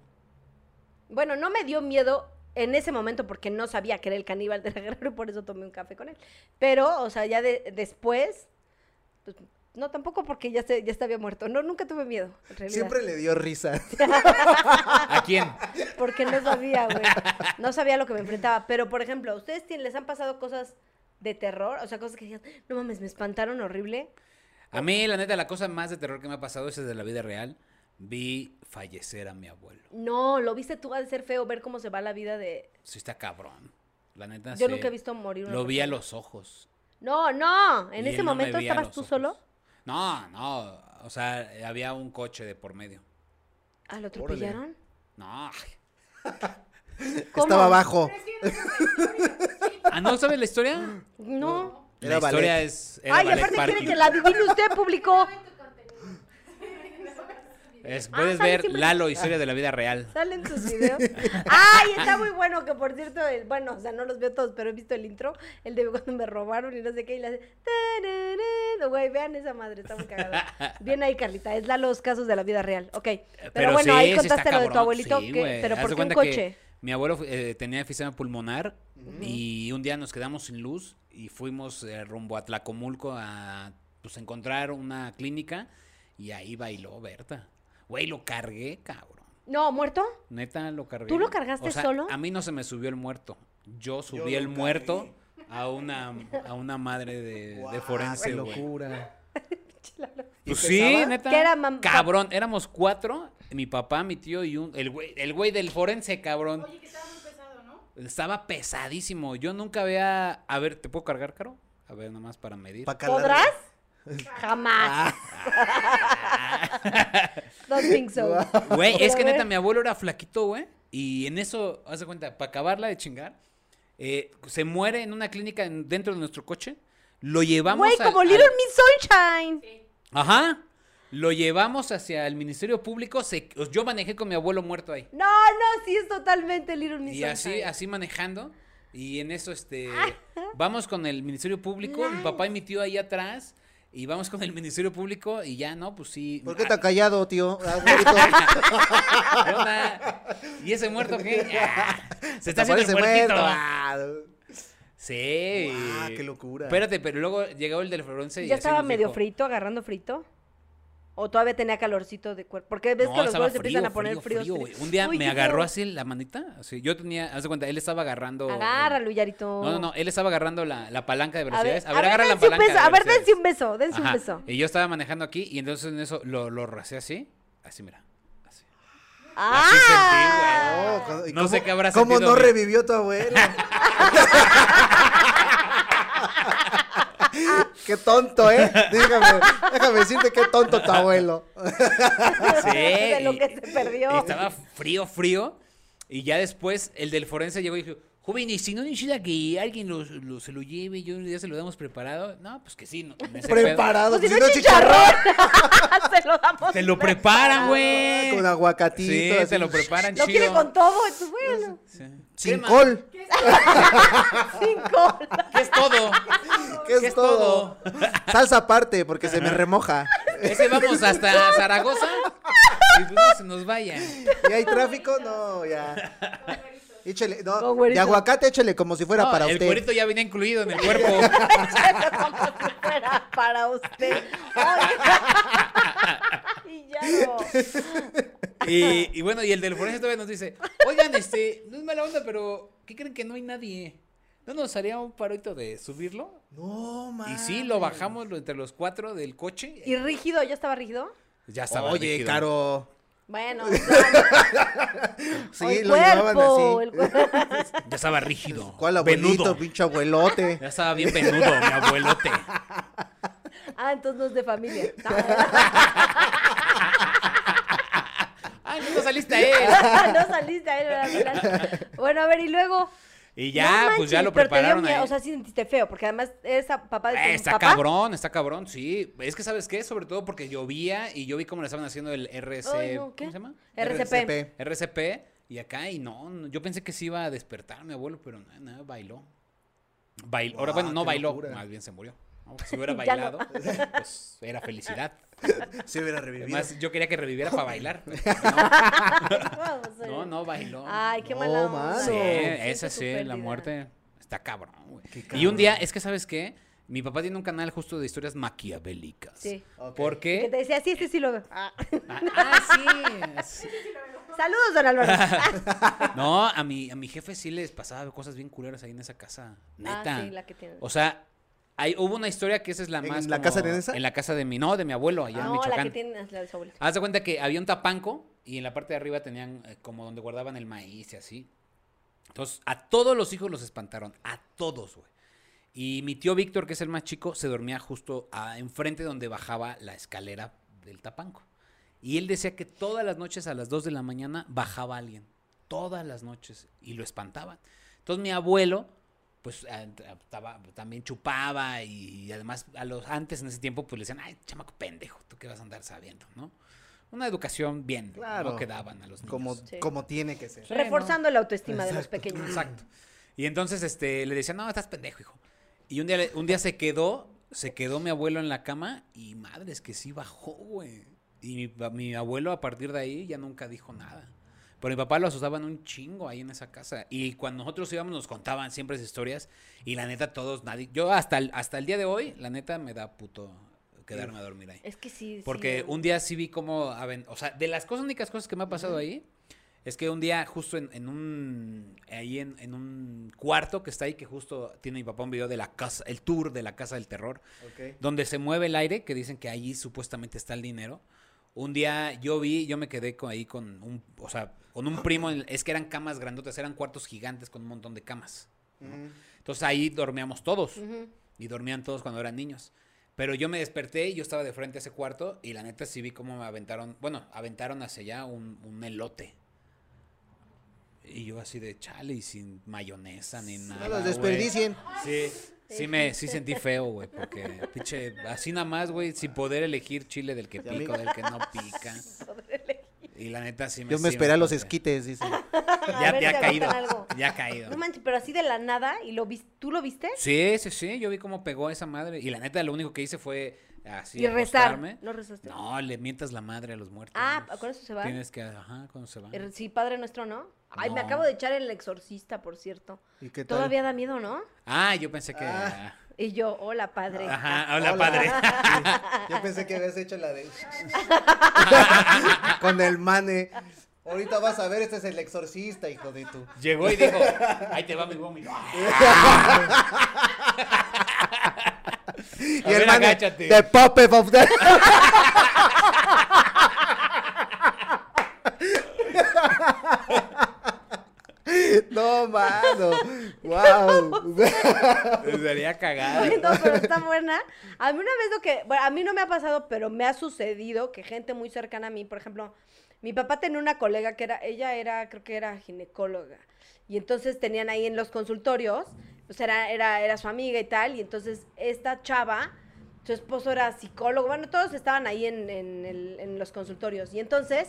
Speaker 2: Bueno, no me dio miedo en ese momento porque no sabía que era el caníbal de la guerrero y por eso tomé un café con él. Pero, o sea, ya de- después, pues, no tampoco porque ya, se, ya estaba muerto. No, nunca tuve miedo, en realidad.
Speaker 3: Siempre le dio risa.
Speaker 1: ¿A quién?
Speaker 2: Porque no sabía, güey. No sabía lo que me enfrentaba. Pero, por ejemplo, ¿a ustedes tienen- les han pasado cosas de terror? O sea, cosas que digan, no mames, me espantaron horrible.
Speaker 1: A mí, la neta, la cosa más de terror que me ha pasado es de la vida real. Vi fallecer a mi abuelo.
Speaker 2: No, lo viste tú, ha de ser feo ver cómo se va la vida de...
Speaker 1: Sí, está cabrón. La neta,
Speaker 2: Yo
Speaker 1: Ah, sí.
Speaker 2: nunca he visto morir una
Speaker 1: Lo vi a
Speaker 2: persona.
Speaker 1: los ojos.
Speaker 2: No, no, en
Speaker 1: Y
Speaker 2: ese
Speaker 1: él no me
Speaker 2: momento
Speaker 1: veía
Speaker 2: estabas
Speaker 1: los
Speaker 2: tú
Speaker 1: ojos.
Speaker 2: solo.
Speaker 1: No, no. O sea, eh, había un coche de por medio.
Speaker 2: Ah, lo
Speaker 3: Órale.
Speaker 2: atropellaron.
Speaker 1: No. ay.
Speaker 2: ¿Cómo?
Speaker 3: Estaba abajo.
Speaker 1: Ah, ¿no sabes la historia?
Speaker 2: No.
Speaker 1: La
Speaker 3: Era ballet.
Speaker 1: historia es. era
Speaker 2: Ay,
Speaker 1: ballet
Speaker 2: aparte quiere
Speaker 1: parking.
Speaker 2: que la adivine usted, público.
Speaker 1: Es-
Speaker 2: Ah,
Speaker 1: puedes
Speaker 2: sale
Speaker 1: ver
Speaker 2: siempre-
Speaker 1: Lalo, historia de la vida real.
Speaker 2: Salen sus videos. Ay, está muy bueno que por cierto, el- bueno, o sea, no los veo todos, pero he visto el intro, el de cuando me robaron y no sé qué, y le hace. "Tararán". Güey, vean esa madre, está muy cagada. Bien ahí, Carlita, es la los casos de la vida real. Ok. Pero, bueno, ahí
Speaker 1: Eh, sí está
Speaker 2: contaste lo de tu
Speaker 1: cabrón,
Speaker 2: abuelito,
Speaker 1: sí,
Speaker 2: que-
Speaker 1: güey.
Speaker 2: pero
Speaker 1: Haz
Speaker 2: ¿por
Speaker 1: de
Speaker 2: qué un
Speaker 1: cuenta que
Speaker 2: coche?
Speaker 1: Mi abuelo eh, tenía efisema pulmonar y un día nos quedamos sin luz y fuimos eh, rumbo a Tlacomulco a pues, encontrar una clínica y ahí bailó Berta. Güey, lo cargué, cabrón.
Speaker 2: No, muerto.
Speaker 1: Neta, lo cargué.
Speaker 2: ¿Tú lo cargaste
Speaker 1: O sea,
Speaker 2: solo?
Speaker 1: A mí no se me subió el muerto. Yo subí
Speaker 3: lo
Speaker 1: el
Speaker 3: cargué.
Speaker 1: muerto a una, a una madre de, de
Speaker 3: Guau,
Speaker 1: forense,
Speaker 3: qué
Speaker 1: güey.
Speaker 3: locura. ¿Y
Speaker 1: Pues sí,
Speaker 3: pesaba?
Speaker 1: neta.
Speaker 2: ¿Qué era, mam-
Speaker 1: Cabrón, éramos cuatro, mi papá, mi tío y un... El güey, el güey del forense, cabrón.
Speaker 4: Oye, que estaba muy pesado, ¿no?
Speaker 1: Estaba pesadísimo. Yo nunca había... A ver, ¿te puedo cargar, Caro? A ver, nomás para medir.
Speaker 3: Pa' calar.
Speaker 2: ¿Podrás? Jamás.
Speaker 1: Ah.
Speaker 2: Don't think so.
Speaker 1: Güey, es
Speaker 2: Pero
Speaker 1: que
Speaker 2: a ver.
Speaker 1: neta, mi abuelo era flaquito, güey. Y en eso, haz de cuenta, para acabarla de chingar, eh, se muere en una clínica en- dentro de nuestro coche. Lo llevamos
Speaker 2: Güey,
Speaker 1: al-
Speaker 2: como
Speaker 1: al-
Speaker 2: Little Miss Sunshine.
Speaker 1: Ajá. Lo llevamos hacia el Ministerio Público. se- Yo manejé con mi abuelo muerto ahí.
Speaker 2: No, no, sí es totalmente Little Miss
Speaker 1: Y así,
Speaker 2: Sunshine.
Speaker 1: así manejando. Y en eso, este. Vamos con el Ministerio Público. Mi papá y mi tío ahí atrás. Y vamos con el Ministerio Público. Y ya, no, pues sí.
Speaker 3: ¿Por qué
Speaker 1: ah,
Speaker 3: te ha callado, tío? Ah, Abuelito.
Speaker 1: ¿qué onda? ¿Y ese muerto qué? Ah, se está haciendo el
Speaker 3: Aparece
Speaker 1: muertito.
Speaker 3: muerto. Ah,
Speaker 1: Sí.
Speaker 3: Guau, qué locura.
Speaker 1: Espérate, pero luego llegó el del Florense. y
Speaker 2: ¿Ya
Speaker 1: así
Speaker 2: estaba
Speaker 1: nos
Speaker 2: medio
Speaker 1: dijo,
Speaker 2: frito, agarrando frito? ¿O todavía tenía calorcito de cuerpo? Porque ves que los
Speaker 1: estaba
Speaker 2: huevos se empiezan a
Speaker 1: frío,
Speaker 2: poner
Speaker 1: frío,
Speaker 2: fríos.
Speaker 1: frío, güey.
Speaker 2: fríos.
Speaker 1: Un día
Speaker 2: Uy,
Speaker 1: me
Speaker 2: qué
Speaker 1: agarró
Speaker 2: feo.
Speaker 1: así la manita. Así, yo tenía, haz de cuenta, él estaba agarrando. el-
Speaker 2: Agárralo, Yarito.
Speaker 1: No, no, no, él estaba agarrando la, la palanca de
Speaker 2: A ver,
Speaker 1: velocidades.
Speaker 2: a ver,
Speaker 1: agarra la
Speaker 2: dense un
Speaker 1: palanca de
Speaker 2: beso. A ver,
Speaker 1: velocidades.
Speaker 2: dense un beso. Dense un
Speaker 1: Ajá.
Speaker 2: beso.
Speaker 1: Y yo estaba manejando aquí y entonces en eso lo, lo racé así. Así, mira. Así.
Speaker 2: ¡Ah!
Speaker 3: Oh, cuando- ¿y
Speaker 1: No sé qué habrá
Speaker 3: ¿Cómo
Speaker 1: sentido
Speaker 3: no
Speaker 1: mi-
Speaker 3: revivió tu abuelo? qué tonto, ¿eh? Dígame, déjame decirte qué tonto tu abuelo.
Speaker 1: Sí.
Speaker 2: De lo que
Speaker 1: y-
Speaker 2: se perdió.
Speaker 1: y Estaba frío, frío. Y ya después el del forense llegó y dijo, joven, y si no necesita que alguien los- lo- se lo lleve y un día se lo damos preparado. No, pues que sí. No, en ese pedo.
Speaker 3: Preparado.
Speaker 2: Pues si
Speaker 3: si
Speaker 2: no es
Speaker 3: chicharrón.
Speaker 2: chicharrón. se lo damos.
Speaker 1: Te lo preparan,
Speaker 3: Ah,
Speaker 1: güey.
Speaker 3: Con aguacatito.
Speaker 1: Sí,
Speaker 3: así,
Speaker 1: te lo preparan
Speaker 2: Lo quiere
Speaker 1: chido.
Speaker 2: con todo, entonces bueno,
Speaker 1: Sí.
Speaker 3: Sin
Speaker 1: Crema.
Speaker 3: col.
Speaker 2: sin col.
Speaker 1: ¿Qué es todo?
Speaker 3: ¿Qué es,
Speaker 1: ¿Qué es
Speaker 3: todo?
Speaker 1: todo?
Speaker 3: Salsa aparte, porque se me remoja.
Speaker 1: Ese vamos hasta Zaragoza y pues no se nos vaya.
Speaker 3: ¿Y hay tráfico? No, ya. Échele, no,
Speaker 2: Con güerito.
Speaker 3: de aguacate échele como si fuera
Speaker 1: No,
Speaker 3: para
Speaker 1: el
Speaker 3: usted.
Speaker 1: cuerito ya venía incluido en el cuerpo.
Speaker 2: Como si fuera para usted. Oiga. y ya no.
Speaker 1: Y, y bueno, y el del forense todavía nos dice, oigan, este, no es mala onda, pero ¿qué creen que no hay nadie? ¿No nos haría un paroito de subirlo?
Speaker 3: No, man.
Speaker 1: Y sí, lo bajamos lo- entre los cuatro del coche.
Speaker 2: ¿Y rígido? ¿Ya estaba rígido?
Speaker 1: ya estaba
Speaker 3: Oye,
Speaker 1: rígido.
Speaker 3: Caro.
Speaker 2: Bueno,
Speaker 3: Sí,
Speaker 2: el
Speaker 3: lo llevaban
Speaker 2: cuerpo,
Speaker 3: así.
Speaker 2: el cuerpo.
Speaker 1: Ya estaba rígido.
Speaker 3: ¿Cuál abuelito,
Speaker 1: venudo.
Speaker 3: pinche abuelote?
Speaker 1: Ya estaba bien venudo, mi abuelote.
Speaker 2: Ah, entonces no es de familia. No,
Speaker 1: Ah, no, no saliste a él.
Speaker 2: no saliste a él, ¿verdad? Bueno, a ver, y luego.
Speaker 1: Y
Speaker 2: No
Speaker 1: ya, pues
Speaker 2: manches,
Speaker 1: ya lo
Speaker 2: pero te dio
Speaker 1: prepararon
Speaker 2: miedo,
Speaker 1: ahí.
Speaker 2: O sea, sí sentiste feo, porque además eres a- papá de tu
Speaker 1: Eh, está
Speaker 2: papá.
Speaker 1: cabrón, está cabrón, sí. Es que, ¿sabes qué? Sobre todo porque llovía y yo vi cómo le estaban haciendo el RC...
Speaker 2: Ay, no, ¿qué?
Speaker 1: ¿Cómo se llama?
Speaker 2: RCP.
Speaker 3: RCP.
Speaker 1: RCP y acá y no, no, yo pensé que se iba a despertar mi abuelo, pero nada, nada, bailó. Bail- Ahora,
Speaker 3: Guau,
Speaker 1: bueno, no
Speaker 3: Ah, qué
Speaker 1: bailó,
Speaker 3: locura.
Speaker 1: más bien se murió. ¿no? Si hubiera
Speaker 2: Ya
Speaker 1: bailado,
Speaker 2: no.
Speaker 1: pues era felicidad.
Speaker 3: Se hubiera revivido.
Speaker 1: Además, yo quería que reviviera para bailar. pero
Speaker 2: Vamos,
Speaker 1: No,
Speaker 2: oye.
Speaker 1: no, no bailó.
Speaker 2: pues, Ay, qué
Speaker 3: No,
Speaker 2: mala
Speaker 3: mano.
Speaker 2: onda.
Speaker 1: Sí,
Speaker 2: Siento
Speaker 1: esa
Speaker 2: tu
Speaker 1: sí,
Speaker 2: pérdida.
Speaker 1: la muerte está cabrón, güey.
Speaker 3: Qué
Speaker 1: Y un día,
Speaker 3: cabrón.
Speaker 1: es que, ¿sabes qué? Mi papá tiene un canal justo de historias maquiavélicas.
Speaker 2: Sí.
Speaker 3: Ok.
Speaker 2: Que te
Speaker 1: Porque...
Speaker 2: decía, sí, este sí lo veo. Ah.
Speaker 1: Ah, ah, sí.
Speaker 2: Saludos, don
Speaker 1: Ah,
Speaker 2: Álvaro. Ah,
Speaker 1: No, a mi, a mi jefe sí les pasaba cosas bien culeras ahí en esa casa. Neta.
Speaker 2: Ah, sí, la que tiene.
Speaker 1: O sea, hay, hubo una historia que esa es la
Speaker 3: ¿En
Speaker 1: más.
Speaker 3: la
Speaker 1: como-
Speaker 3: casa de Denesa?
Speaker 1: En la casa de mi, no, de mi abuelo, allá en
Speaker 2: no, la
Speaker 1: Michoacán.
Speaker 2: Ah, que tiene la de su abuelita.
Speaker 1: Haz de cuenta que había un tapanco y en la parte de arriba tenían eh, como donde guardaban el maíz y así. Entonces, a todos los hijos los espantaron, a todos, güey. Y mi tío Víctor, que es el más chico, se dormía justo a- enfrente donde bajaba la escalera del tapanco. Y él decía que todas las noches a las 2 de la mañana bajaba alguien. Todas las noches. Y lo espantaban. Entonces mi abuelo, pues a- a- estaba- también chupaba y, además a los antes en ese tiempo pues le decían, ay, chamaco pendejo, ¿tú qué vas a andar sabiendo? ¿No? Una educación bien,
Speaker 3: Claro.
Speaker 1: no que daban a los niños.
Speaker 3: Pues, Como,
Speaker 2: Sí.
Speaker 3: como tiene que ser.
Speaker 1: Sí,
Speaker 2: Reforzando la autoestima de los
Speaker 3: Exacto.
Speaker 2: pequeños.
Speaker 1: Exacto. Y entonces este, le decían, no, estás pendejo, hijo. Y un día, le- un día se quedó, se quedó mi abuelo en la cama y madres que sí bajó, güey. Y mi, pa- mi abuelo a partir de ahí ya nunca dijo nada. Pero mi papá lo asustaban un chingo ahí en esa casa. Y cuando nosotros íbamos nos contaban siempre esas historias. Y la neta todos, nadie... Yo hasta el, hasta el día de hoy, la neta me da puto quedarme a dormir ahí.
Speaker 2: Es que sí. sí,
Speaker 1: Porque
Speaker 2: no.
Speaker 1: un día sí vi como, aven- o sea, de las cosas, únicas cosas que me ha pasado ahí, es que un día justo en, en un, ahí en, en un cuarto que está ahí, que justo tiene mi papá un video de la casa, el tour de la casa del terror,
Speaker 3: Ok.
Speaker 1: donde se mueve el aire, que dicen que ahí supuestamente está el dinero. Un día yo vi, yo me quedé con, ahí con un, o sea, con un primo, en- es que eran camas grandotas, eran cuartos gigantes con un montón de camas.
Speaker 3: Ujú.
Speaker 1: Entonces ahí dormíamos todos
Speaker 2: Ujú.
Speaker 1: y dormían todos cuando eran niños. Pero yo me desperté y yo estaba de frente a ese cuarto y la neta sí vi cómo me aventaron, bueno, aventaron hacia allá un, un elote. Y yo así de chale y sin mayonesa ni nada.
Speaker 3: No los
Speaker 1: güey.
Speaker 3: desperdicien.
Speaker 1: Sí, sí me sí sentí feo, güey, porque pinche así nada más, güey, sin poder elegir chile del que
Speaker 3: Ya me-
Speaker 1: pica o del que no pica. Y la neta sí me
Speaker 3: Yo
Speaker 1: sí
Speaker 3: me esperé a los
Speaker 1: asusté.
Speaker 3: esquites, dice.
Speaker 2: A ver
Speaker 1: Ya,
Speaker 2: si
Speaker 1: ya
Speaker 2: aventan
Speaker 1: caído.
Speaker 2: algo.
Speaker 1: Ya caído.
Speaker 2: No manches, pero así de la nada, y lo vis- ¿tú lo viste?
Speaker 1: Sí, sí, sí, yo vi cómo pegó a esa madre. Y la neta, lo único que hice fue así.
Speaker 2: y rezar.
Speaker 1: acostarme.
Speaker 2: No rezaste.
Speaker 1: No, le mientas la madre a los muertos.
Speaker 2: Ah, ¿con eso se van?
Speaker 1: Tienes que, ajá, con eso se van.
Speaker 2: Eh, Sí, Padre Nuestro, ¿no? Ay, me
Speaker 1: No.
Speaker 2: acabo de echar el exorcista, por cierto.
Speaker 3: ¿Y qué tal?
Speaker 2: Todavía da miedo, ¿no?
Speaker 1: Ah, yo pensé que.
Speaker 3: Ah.
Speaker 2: Y yo, hola, padre.
Speaker 1: Ajá, hola,
Speaker 3: Hola.
Speaker 1: padre.
Speaker 3: Yo pensé que habías hecho la de. Con el mane. Ahorita vas a ver, este es el exorcista, hijo de tu.
Speaker 1: Llegó y dijo, ahí te va mi vómito.
Speaker 3: Y
Speaker 1: A ver,
Speaker 3: el mane.
Speaker 1: agáchate.
Speaker 3: The puppet of the. No, mano. Wow.
Speaker 1: Sería cagado.
Speaker 2: Ay, no, pero está buena. A mí una vez lo que, bueno, a mí no me ha pasado, pero me ha sucedido que gente muy cercana a mí, por ejemplo, mi papá tenía una colega que era, ella era, creo que era ginecóloga, y entonces tenían ahí en los consultorios, o sea, era, era, era su amiga y tal, y entonces esta chava, su esposo era psicólogo, bueno, todos estaban ahí en, en el- en los consultorios, y entonces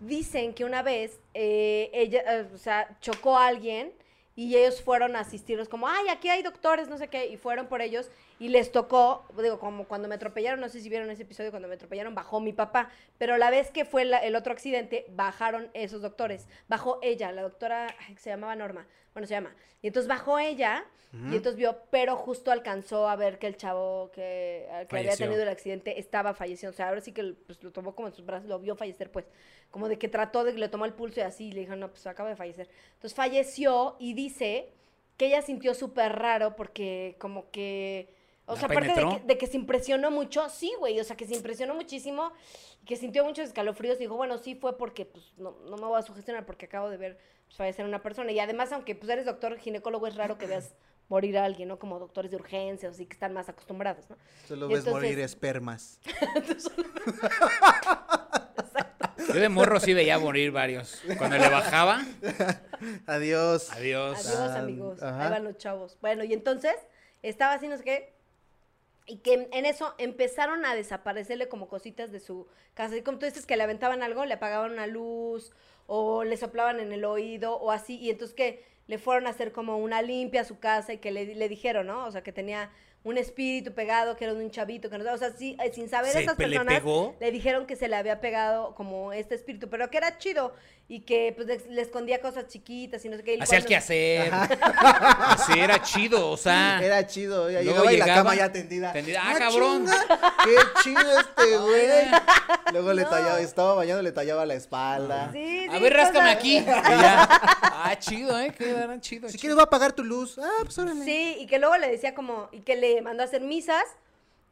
Speaker 2: dicen que una vez eh, ella, eh, o sea, chocó a alguien y ellos fueron a asistirlos como, ay, aquí hay doctores, no sé qué, y fueron por ellos y les tocó, digo, como cuando me atropellaron, no sé si vieron ese episodio, cuando me atropellaron bajó mi papá, pero la vez que fue la- el otro accidente, bajaron esos doctores, bajó ella, la doctora, ay, se llamaba Norma, bueno, se llama, y entonces bajó ella y entonces vio, pero justo alcanzó a ver que el chavo que, al que había
Speaker 1: Falleció.
Speaker 2: tenido el accidente estaba falleciendo, o sea, ahora sí que pues, lo tomó como en sus brazos, lo vio fallecer, pues, como de que trató de que le tomó el pulso y así, y le dijeron, no, pues acaba de fallecer. Entonces falleció y dice que ella sintió súper raro porque como que... O
Speaker 1: ¿La
Speaker 2: sea, aparte de que,
Speaker 1: penetró?
Speaker 2: de que se impresionó mucho, sí, güey, o sea, que se impresionó muchísimo, que sintió muchos escalofríos, dijo, bueno, sí fue porque, pues, no, no me voy a sugestionar porque acabo de ver pues, fallecer a una persona. Y además, aunque, pues, eres doctor, ginecólogo, es raro que veas morir a alguien, ¿no? Como doctores de urgencia, o sí, que están más acostumbrados, ¿no?
Speaker 3: Solo
Speaker 2: Y
Speaker 3: ves
Speaker 2: entonces-
Speaker 3: morir espermas.
Speaker 1: Yo de morro sí veía morir varios. Cuando le bajaba,
Speaker 3: Adiós.
Speaker 1: adiós.
Speaker 2: Adiós,
Speaker 3: Ah,
Speaker 2: amigos. Ahí
Speaker 3: ajá.
Speaker 2: van los chavos. Bueno, y entonces estaba así, no sé qué. Y que en- en eso empezaron a desaparecerle como cositas de su casa. Y como tú dices que le aventaban algo, le apagaban una luz, o le soplaban en el oído, o así. Y entonces que le fueron a hacer como una limpia a su casa y que le, le dijeron, ¿no? O sea, que tenía un espíritu pegado, que era de un chavito, que no O sea, sí, eh, sin saber
Speaker 1: ¿Se
Speaker 2: esas
Speaker 1: pe- pues, le
Speaker 2: personas.
Speaker 1: pegó?
Speaker 2: Le dijeron que se le había pegado como este espíritu, pero que era chido y que pues le, le escondía cosas chiquitas y no sé qué. y
Speaker 1: Hacía el
Speaker 2: cuando-
Speaker 1: que hacer. Así era chido, o sea.
Speaker 3: Era chido. Ya
Speaker 1: Luego
Speaker 3: llegaba, y la
Speaker 1: llegaba,
Speaker 3: cama ya tendida.
Speaker 1: tendida. ¡Ah, cabrón!
Speaker 3: chinga! ¡Qué chido este güey! Luego le
Speaker 2: No. Ah,
Speaker 3: tallaba, estaba bañando, le tallaba la espalda.
Speaker 2: Sí,
Speaker 1: A
Speaker 2: sí,
Speaker 1: ver, ráscame
Speaker 2: cosas-
Speaker 1: aquí. Y ya. Ah, chido, ¿eh? Qué era chido.
Speaker 3: Si
Speaker 1: chido.
Speaker 3: quieres va a apagar tu luz. Ah, pues órale.
Speaker 2: Sí, y que luego le decía como, y que le mandó a hacer misas,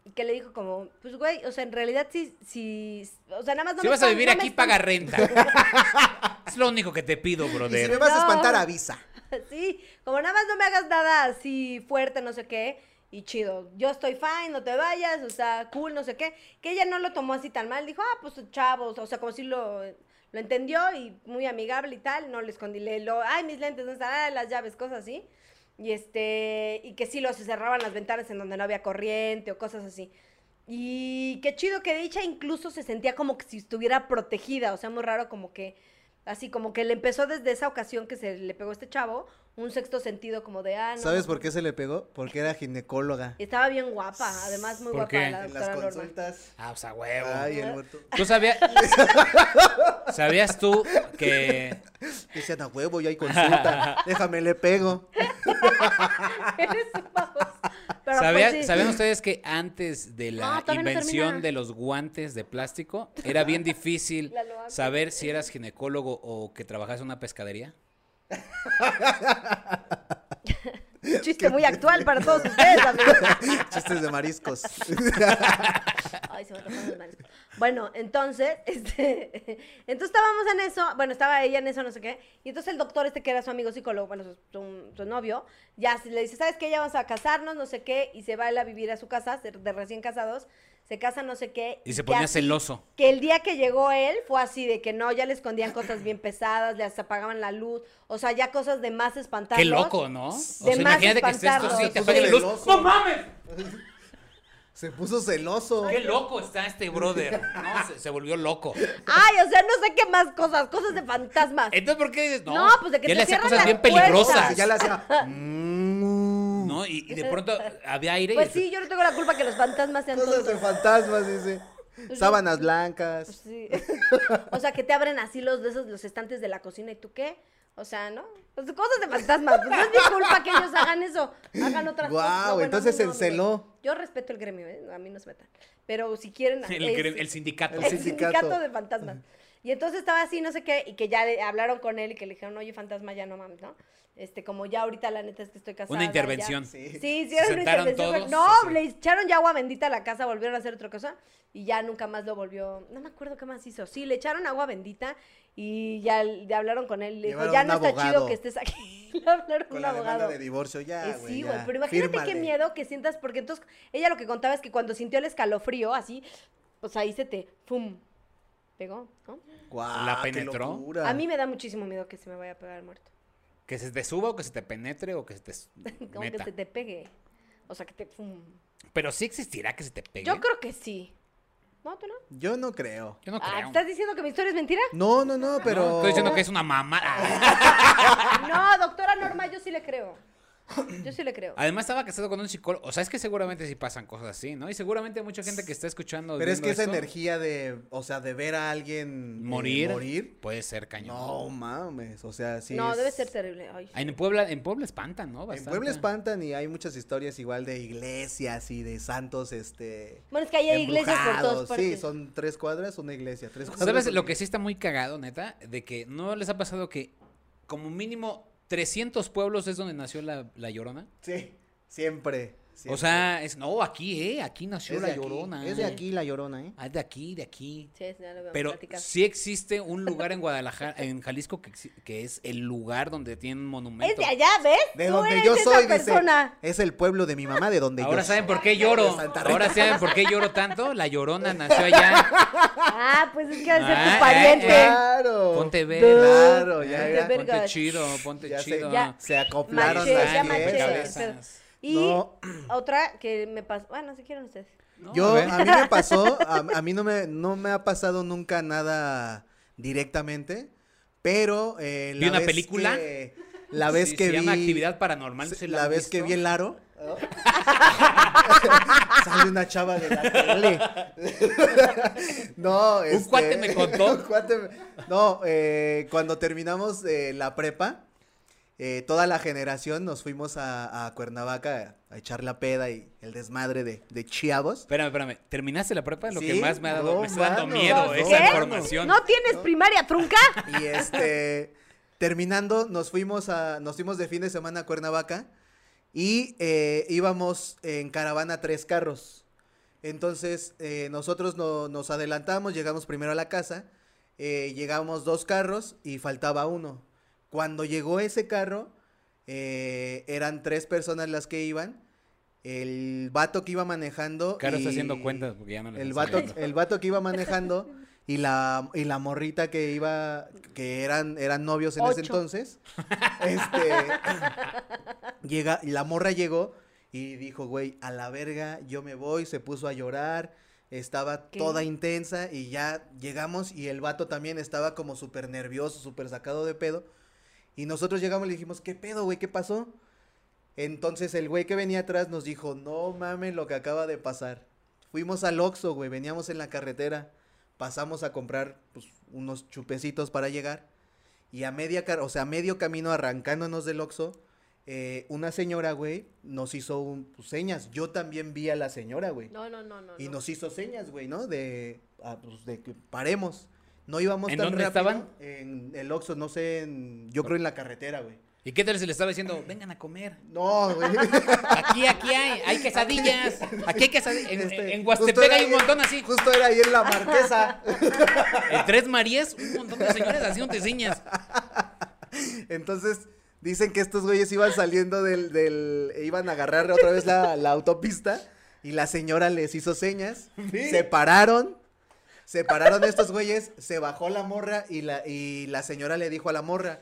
Speaker 2: y que le dijo como, pues güey, o sea, en realidad sí, sí, o sea, nada más no
Speaker 1: Si
Speaker 2: me
Speaker 1: vas a
Speaker 2: espan-
Speaker 1: vivir
Speaker 2: no me
Speaker 1: aquí,
Speaker 2: espan-
Speaker 1: paga renta. Es lo único que te pido,
Speaker 3: Y si me
Speaker 1: brother.
Speaker 3: vas a
Speaker 2: No. Ah,
Speaker 3: espantar, avisa.
Speaker 2: Sí, como nada más no me hagas nada así fuerte, no sé qué, y chido, yo estoy fine, no te vayas, o sea, cool, no sé qué, que ella no lo tomó así tan mal, dijo, ah, pues chavos, o sea, como si lo, lo entendió y muy amigable y tal, no le escondí, le, lo, ay, mis lentes, no están, Ay, las llaves, cosas así, y este, y que sí los cerraban las ventanas en donde no había corriente o cosas así. Y qué chido que dicha incluso se sentía como que si estuviera protegida, o sea, muy raro como que así como que le empezó desde esa ocasión que se le pegó a este chavo un sexto sentido como de ah, no.
Speaker 3: ¿Sabes
Speaker 2: no,
Speaker 3: por qué se le pegó? Porque era ginecóloga.
Speaker 2: Estaba bien guapa, además muy
Speaker 1: ¿Por
Speaker 2: guapa
Speaker 1: qué?
Speaker 2: la
Speaker 3: En las
Speaker 2: doctora Norma.
Speaker 3: consultas.
Speaker 1: Ah, pues a huevo.
Speaker 3: Ay, el muerto.
Speaker 1: ¿Tú sabías? ¿Sabías tú que
Speaker 3: Dicen a huevo, ya hay consulta. Déjame, le pego.
Speaker 2: Eres un baboso. Pero
Speaker 1: ¿Sabía-
Speaker 2: pues sí.
Speaker 1: ¿Sabían ustedes que antes de la
Speaker 2: No, todavía no
Speaker 1: invención
Speaker 2: termina.
Speaker 1: de los guantes de plástico era bien difícil
Speaker 2: La loaca.
Speaker 1: saber si eras ginecólogo o que trabajas en una pescadería?
Speaker 2: chiste muy actual para todos ustedes, amigos.
Speaker 3: Chistes de mariscos.
Speaker 2: Ay, se me antojaron los mariscos. Bueno, entonces, este, entonces estábamos en eso, bueno, estaba ella en eso, no sé qué, y entonces el doctor este que era su amigo psicólogo, bueno, su, su- su novio, ya se- le dice, ¿sabes qué? Ya vamos a casarnos, no sé qué, y se va él a vivir a su casa, de, de recién casados, se casan, no sé qué.
Speaker 1: Y se
Speaker 2: que
Speaker 1: ponía
Speaker 2: así-
Speaker 1: celoso.
Speaker 2: que el día que llegó él fue así de que no, ya le escondían cosas bien pesadas, les apagaban la luz, o sea, ya cosas de más espantadas.
Speaker 1: Qué loco, ¿no? O sea,
Speaker 2: más
Speaker 1: imagínate que estés tú
Speaker 2: espantarlos.
Speaker 1: así y te
Speaker 3: Se
Speaker 1: apague la luz.
Speaker 3: puso celoso.
Speaker 1: ¡No mames!
Speaker 3: Se puso celoso.
Speaker 1: ¡Qué loco está este brother! No, se, se volvió loco.
Speaker 2: Ay, o sea, no sé qué más cosas, cosas de fantasmas.
Speaker 1: Entonces, ¿por qué dices? No,
Speaker 2: No, pues de que
Speaker 1: ya
Speaker 2: te
Speaker 1: le hacía
Speaker 2: cierran
Speaker 1: cosas
Speaker 2: las
Speaker 1: bien
Speaker 3: Y
Speaker 1: peligrosas.
Speaker 2: puertas.
Speaker 3: ya le hacía. mm,
Speaker 1: ¿No? Y, y de pronto había aire y
Speaker 2: Pues
Speaker 1: se-
Speaker 2: sí, yo no tengo la culpa que los fantasmas sean
Speaker 3: Cosas
Speaker 2: todos.
Speaker 3: de fantasmas, dice.
Speaker 2: Pues
Speaker 3: Sábanas blancas.
Speaker 2: Sí. O sea, que te abren así los de esos, los estantes de la cocina y tú qué. O sea, ¿no? Pues cosas de fantasmas. Pues no es mi culpa que ellos hagan eso. Hagan otras
Speaker 3: Guau,
Speaker 2: cosas. No, bueno,
Speaker 3: entonces
Speaker 2: a mí no,
Speaker 3: se
Speaker 2: amigos.
Speaker 3: enceló.
Speaker 2: Yo respeto el gremio, ¿eh? A mí no se metan. Pero si quieren.
Speaker 1: el,
Speaker 2: es-
Speaker 1: gre- el sindicato.
Speaker 3: El
Speaker 2: El
Speaker 3: sindicato.
Speaker 2: sindicato de fantasmas. Y entonces estaba así, no sé qué, y que ya le- hablaron con él y que le dijeron, oye, fantasma, ya no mames, ¿no? Este, como ya ahorita la neta es que estoy casada.
Speaker 1: Una
Speaker 2: ya".
Speaker 1: intervención.
Speaker 2: Pues, Sí,
Speaker 3: Sí.
Speaker 2: sí,
Speaker 1: Se
Speaker 2: era una
Speaker 1: sentaron todos,
Speaker 2: intervención. no,
Speaker 1: así.
Speaker 2: le echaron ya agua bendita a la casa, volvieron a hacer otra cosa y ya nunca más lo volvió. No me acuerdo qué más hizo. Sí, le echaron agua bendita y ya le hablaron con él. Le dijo,
Speaker 3: Llevaron
Speaker 2: ya
Speaker 3: un
Speaker 2: no está chido
Speaker 3: abogado.
Speaker 2: que estés aquí. le hablaron
Speaker 3: Con
Speaker 2: un
Speaker 3: la demanda
Speaker 2: abogado.
Speaker 3: de divorcio, ya.
Speaker 2: Eh, sí, güey,
Speaker 3: ya,
Speaker 2: pero imagínate qué
Speaker 3: fírmale.
Speaker 2: miedo que sientas, porque entonces ella lo que contaba es que cuando sintió el escalofrío, así, pues ahí se te, ¡fum! Pegó, ¿no?
Speaker 3: Guau,
Speaker 1: ¿La
Speaker 3: qué
Speaker 1: penetró?
Speaker 3: locura.
Speaker 2: A mí me da muchísimo miedo que se me vaya a pegar el muerto.
Speaker 1: Que se te suba o que se te penetre o que se te s-
Speaker 2: Como
Speaker 1: meta.
Speaker 2: que se te pegue. O sea, que te, ¡fum!
Speaker 1: Pero sí existirá que se te pegue.
Speaker 2: Yo creo que sí. No, tú no.
Speaker 3: Yo no creo.
Speaker 1: Yo no
Speaker 2: Ah,
Speaker 1: creo.
Speaker 2: ¿Estás diciendo que mi historia es mentira?
Speaker 3: No, no,
Speaker 1: Ah,
Speaker 3: no, pero.
Speaker 1: Estoy diciendo que es una mamada.
Speaker 2: No, doctora Norma, yo sí le creo. Yo sí le creo.
Speaker 1: Además estaba casado con un psicólogo. O sea, es que seguramente sí pasan cosas así, ¿no? Y seguramente mucha gente que está escuchando.
Speaker 3: Pero es
Speaker 1: viendo
Speaker 3: que esa
Speaker 1: esto,
Speaker 3: energía de, o sea, de ver a alguien eh,
Speaker 1: Morir,
Speaker 3: morir.
Speaker 1: Puede ser cañón.
Speaker 3: No mames, o sea, sí.
Speaker 2: no,
Speaker 3: es-
Speaker 2: debe ser terrible. Ay.
Speaker 1: Ah, En Puebla, en Puebla espantan, ¿no?
Speaker 3: En
Speaker 1: Bastante.
Speaker 3: Puebla espantan y hay muchas historias igual de iglesias y de santos, este.
Speaker 2: Bueno, es que ahí hay iglesias por todas
Speaker 3: embrujados.
Speaker 2: partes.
Speaker 3: Sí, son tres cuadras, una iglesia. Tres cuadras.
Speaker 1: ¿Sabes
Speaker 3: una
Speaker 1: lo que sí
Speaker 3: iglesia.
Speaker 1: está muy cagado, neta? De que no les ha pasado que como mínimo 300 pueblos es donde nació la, la Llorona.
Speaker 3: Sí, siempre.
Speaker 1: O
Speaker 3: siempre.
Speaker 1: sea, es no, aquí, ¿eh? Aquí nació
Speaker 3: es de
Speaker 1: la
Speaker 3: aquí,
Speaker 1: Llorona.
Speaker 3: Es de aquí la llorona, ¿eh?
Speaker 1: Ah, es de aquí, de aquí.
Speaker 2: Sí, ya lo habíamos
Speaker 1: Pero
Speaker 2: platicado.
Speaker 1: sí existe un lugar en Guadalajara, en Jalisco, que, exi- que es el lugar donde tienen un monumento.
Speaker 2: Es de allá, ¿ves?
Speaker 3: De
Speaker 2: Tú
Speaker 3: donde
Speaker 2: eres
Speaker 3: yo
Speaker 2: esa
Speaker 3: soy, dice.
Speaker 2: persona.
Speaker 3: Es el pueblo de mi mamá, de donde
Speaker 1: Ahora
Speaker 3: yo
Speaker 1: saben
Speaker 3: soy.
Speaker 1: por qué lloro.
Speaker 3: Santa Rita.
Speaker 1: Ahora saben por qué lloro tanto. La llorona nació allá.
Speaker 2: Ah, pues es que ha de ser
Speaker 1: Ah,
Speaker 2: tu pariente.
Speaker 1: eh,
Speaker 3: Claro.
Speaker 1: Ponte verga.
Speaker 3: Claro,
Speaker 2: Ponte
Speaker 3: ya, ya.
Speaker 2: verga.
Speaker 1: Ponte
Speaker 2: vergas.
Speaker 1: chido, ponte
Speaker 3: Ya
Speaker 1: chido.
Speaker 3: Se,
Speaker 2: Ya.
Speaker 3: se acoplaron
Speaker 2: Maché,
Speaker 3: las
Speaker 2: ya
Speaker 3: diez
Speaker 2: maché.
Speaker 3: cabezas.
Speaker 2: Pero-
Speaker 1: cabezas.
Speaker 2: Y
Speaker 3: No.
Speaker 2: otra que me pasó. Bueno, si quieren ustedes.
Speaker 1: No, a
Speaker 3: Yo,
Speaker 1: ver.
Speaker 3: a mí me pasó, a, a mí no me, no me ha pasado nunca nada directamente, pero... eh,
Speaker 1: ¿Vi una película?
Speaker 3: que- la vez
Speaker 1: Sí,
Speaker 3: que
Speaker 1: se
Speaker 3: vi...
Speaker 1: llama actividad paranormal.
Speaker 3: se-
Speaker 1: no sé si
Speaker 3: la
Speaker 1: han
Speaker 3: vez que
Speaker 1: visto.
Speaker 3: vi el aro. Sale una chava de la tele. no, este,
Speaker 1: Un cuate me contó.
Speaker 3: un cuate me- No, eh, cuando terminamos eh, la prepa, eh, toda la generación nos fuimos a, a Cuernavaca a echar la peda y el desmadre de, de chiavos.
Speaker 1: Espérame, espérame. ¿Terminaste la prepa? Lo que
Speaker 3: Sí,
Speaker 1: más me ha dado,
Speaker 3: no,
Speaker 1: me está dando
Speaker 3: mano,
Speaker 1: miedo
Speaker 3: no,
Speaker 1: esa
Speaker 2: ¿Qué?
Speaker 1: información.
Speaker 2: ¿No tienes primaria trunca?
Speaker 3: Y este, terminando, nos fuimos a, nos fuimos de fin de semana a Cuernavaca y eh, íbamos en caravana tres carros. Entonces, eh, nosotros no- nos adelantamos, llegamos primero a la casa, eh, llegamos dos carros y faltaba uno. Cuando llegó ese carro, eh, eran tres personas las que iban. El vato que iba manejando.
Speaker 1: Caro está
Speaker 3: y-
Speaker 1: haciendo cuentas porque ya no le
Speaker 3: el
Speaker 1: está
Speaker 3: vato,
Speaker 1: saliendo.
Speaker 3: el vato que iba manejando y la, y la morrita que iba, que eran, eran novios en
Speaker 2: Ocho.
Speaker 3: ese entonces, este, llega, la morra llegó y dijo, güey, a la verga, yo me voy, se puso a llorar, estaba
Speaker 2: ¿Qué?
Speaker 3: toda intensa y ya llegamos y el vato también estaba como súper nervioso, súper sacado de pedo. Y nosotros llegamos y le dijimos, ¿qué pedo, güey? ¿Qué pasó? Entonces el güey que venía atrás nos dijo, no mames lo que acaba de pasar. Fuimos al Oxxo, güey, veníamos en la carretera, pasamos a comprar pues, unos chupecitos para llegar y a media, car- o sea, a medio camino arrancándonos del Oxxo, eh, una señora, güey, nos hizo un- pues, señas. Yo también vi a la señora, güey.
Speaker 2: No, no, no, no.
Speaker 3: y
Speaker 2: no.
Speaker 3: nos hizo señas, güey, ¿no? De, ah, pues, de que paremos. No íbamos
Speaker 1: ¿En
Speaker 3: tan
Speaker 1: dónde
Speaker 3: rápido.
Speaker 1: estaban?
Speaker 3: En el Oxxo, no sé, en- yo creo en la carretera, güey.
Speaker 1: ¿Y qué tal si le estaba diciendo, vengan a comer?
Speaker 3: No, güey.
Speaker 1: Aquí, aquí hay, hay quesadillas. Aquí hay quesadillas. En,
Speaker 3: Este,
Speaker 1: en
Speaker 3: justo
Speaker 1: Huastepec
Speaker 3: era
Speaker 1: hay un
Speaker 3: ahí-
Speaker 1: montón así.
Speaker 3: Justo era ahí en la marquesa.
Speaker 1: En Tres Marías, un montón de señores haciéndote señas.
Speaker 3: Entonces, dicen que estos güeyes iban saliendo del, del e iban a agarrar otra vez la, la autopista y la señora les hizo señas, se pararon, se pararon estos güeyes, se bajó la morra y la, y la señora le dijo a la morra,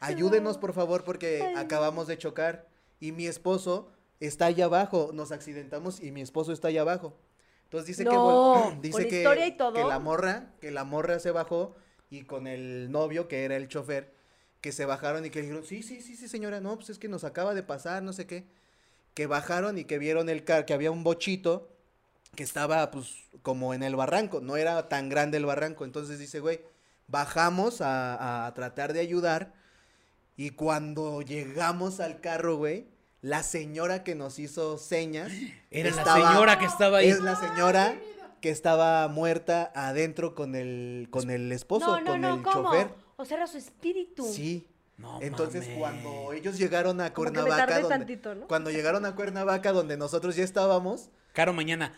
Speaker 3: ayúdenos por favor porque acabamos de chocar y mi esposo está allá abajo, nos accidentamos y mi esposo está allá abajo. Entonces dice que, vol-
Speaker 2: No,
Speaker 3: dice
Speaker 2: con
Speaker 3: que,
Speaker 2: historia y todo.
Speaker 3: que la morra, que la morra se bajó y con el novio que era el chofer, que se bajaron y que dijeron, sí, sí, sí, sí, señora, no, pues es que nos acaba de pasar, no sé qué. Que bajaron y que vieron el car, que había un bochito que estaba pues como en el barranco, no era tan grande el barranco. Entonces dice, güey, bajamos a, a tratar de ayudar y cuando llegamos al carro, güey, la señora que nos hizo señas
Speaker 1: Era la
Speaker 3: estaba-
Speaker 1: señora que estaba ahí.
Speaker 3: es la señora que estaba muerta adentro con el con el esposo,
Speaker 2: no, no,
Speaker 3: con
Speaker 2: no,
Speaker 3: el
Speaker 2: ¿cómo?
Speaker 3: chofer.
Speaker 2: O sea, era su espíritu.
Speaker 3: Sí.
Speaker 1: No
Speaker 3: Entonces
Speaker 1: mames.
Speaker 3: cuando ellos llegaron a
Speaker 2: Como que me
Speaker 3: Cuernavaca,
Speaker 2: tardé
Speaker 3: donde-
Speaker 2: tantito, ¿no?
Speaker 3: cuando llegaron a Cuernavaca donde nosotros ya estábamos,
Speaker 1: Caro mañana.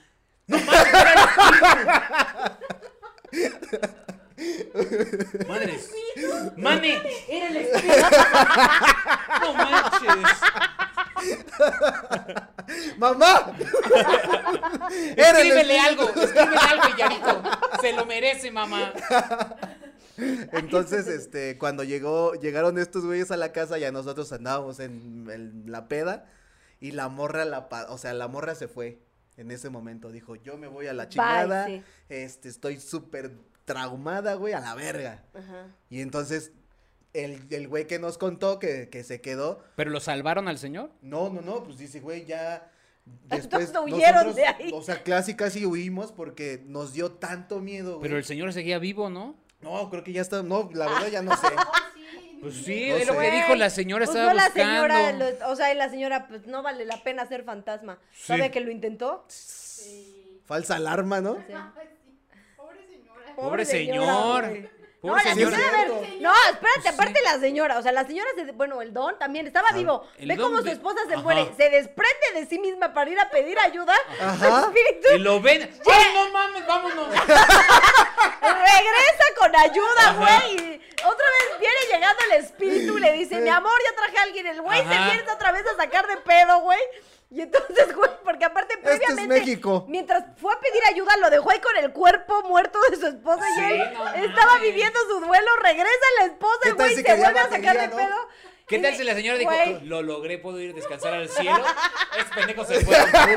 Speaker 1: ¡No mames! ¡Madres! ¡Mane!
Speaker 2: Era el espíritu.
Speaker 1: ¡No manches!
Speaker 3: mamá, Era el
Speaker 1: Escríbele
Speaker 3: espíritu.
Speaker 1: algo, escríbele algo, Yarito. Se lo merece, mamá.
Speaker 3: Entonces, este, cuando llegó, llegaron estos güeyes a la casa, ya nosotros andábamos en, el- la peda y la morra la, pa- o sea, la morra se fue. en ese momento. Dijo, yo me voy a la chingada,
Speaker 2: sí.
Speaker 3: este, estoy súper traumada, güey, a la verga.
Speaker 2: Ajá.
Speaker 3: Y entonces, el, el güey que nos contó que, que se quedó,
Speaker 1: ¿Pero lo salvaron al señor?
Speaker 3: no, no, no, pues dice, güey, ya...
Speaker 2: Todos huyeron de ahí.
Speaker 3: O sea, casi, casi huimos porque nos dio tanto miedo, güey.
Speaker 1: Pero el señor seguía vivo, ¿no?
Speaker 3: No, creo que ya está, no, la verdad ya no sé.
Speaker 1: Pues sí,
Speaker 3: No
Speaker 1: es lo
Speaker 3: sé.
Speaker 1: que dijo la señora,
Speaker 2: Pues
Speaker 1: estaba
Speaker 2: no, la
Speaker 1: buscando.
Speaker 2: señora, lo- o sea, y la señora, pues no vale la pena ser fantasma. ¿Sabe que lo intentó?
Speaker 3: Falsa alarma, ¿no?
Speaker 2: Sí.
Speaker 4: Pobre señora.
Speaker 1: Pobre
Speaker 2: Pobre
Speaker 1: señor. Pobre
Speaker 2: señora, No, la
Speaker 1: señor.
Speaker 2: señora, a ver,
Speaker 4: Cierto.
Speaker 2: no, espérate,
Speaker 1: Pues sí. Ah,
Speaker 2: aparte la señora, o sea, la señora, se, bueno, el don también estaba vivo.
Speaker 1: el
Speaker 2: Ve
Speaker 1: don
Speaker 2: cómo su
Speaker 1: de-
Speaker 2: esposa se
Speaker 1: Ajá.
Speaker 2: muere, se desprende de sí misma para ir a pedir ayuda
Speaker 3: Ajá.
Speaker 2: al espíritu,
Speaker 1: Y lo ven. ¡Ay, no mames! ¡Vámonos!
Speaker 2: regresa con ayuda, güey. y Otra vez viene llegando el espíritu y le dice, mi amor, ya traje a alguien. El güey se
Speaker 1: Ajá.
Speaker 2: viene otra vez a sacar de pedo, güey. Y entonces, güey, porque aparte
Speaker 3: Este es
Speaker 2: previamente,
Speaker 3: México.
Speaker 2: mientras fue a pedir ayuda, lo dejó ahí con el cuerpo muerto de su esposa
Speaker 1: Sí,
Speaker 2: y él
Speaker 1: no
Speaker 2: estaba
Speaker 1: mames.
Speaker 2: viviendo su duelo, regresa la esposa,
Speaker 3: ¿Qué
Speaker 2: el
Speaker 3: tal
Speaker 2: güey
Speaker 3: si
Speaker 2: se
Speaker 3: quería
Speaker 2: vuelve a sacar
Speaker 3: batería,
Speaker 2: de
Speaker 3: no?
Speaker 2: pedo.
Speaker 1: ¿Qué
Speaker 2: Y
Speaker 1: tal
Speaker 2: de-
Speaker 1: si la señora dijo,
Speaker 2: güey,
Speaker 1: lo logré, puedo ir a descansar al cielo? Este pendejo se fue. Puta madre,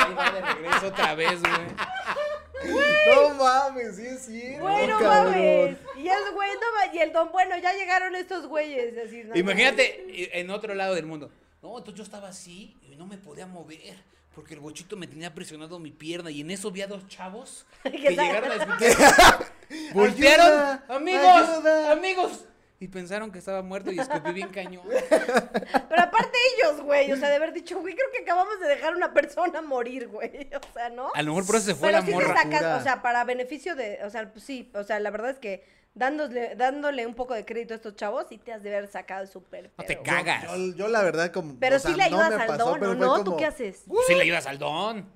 Speaker 1: ahí va de regreso otra vez, güey.
Speaker 3: No mames, sí, sí.
Speaker 2: Güey, no mames. Y el güey, no ma- y el don, bueno, ya llegaron estos güeyes. Así, no,
Speaker 1: Imagínate i- en otro lado del mundo. No, entonces yo estaba así y no me podía mover. Porque el bochito me tenía presionado mi pierna y en eso vi a dos chavos que
Speaker 2: tal?
Speaker 1: llegaron a escuchar. Voltearon,
Speaker 3: Ayuda,
Speaker 1: amigos,
Speaker 3: ayuda.
Speaker 1: amigos. Y pensaron que estaba muerto y escupí bien cañón.
Speaker 2: Pero aparte ellos, güey, o sea, de haber dicho, güey, creo que acabamos de dejar una persona morir, güey, o sea, ¿no?
Speaker 1: A lo mejor por eso se fue
Speaker 2: Pero
Speaker 1: la
Speaker 2: sí te
Speaker 1: morra.
Speaker 2: sacas,
Speaker 3: Pura.
Speaker 2: o sea, para beneficio de, o sea, pues sí, o sea, la verdad es que dándole, dándole un poco de crédito a estos chavos, sí te has de haber sacado súper.
Speaker 1: No te
Speaker 2: pedo.
Speaker 1: cagas.
Speaker 3: Yo, yo la verdad como.
Speaker 2: Pero
Speaker 3: o sea,
Speaker 2: sí le ayudas
Speaker 3: no me
Speaker 2: al
Speaker 3: pasó,
Speaker 2: don,
Speaker 3: pero
Speaker 2: ¿o
Speaker 3: fue
Speaker 2: no? ¿Tú
Speaker 3: como-
Speaker 2: qué haces?
Speaker 1: Pues sí le ayudas al don.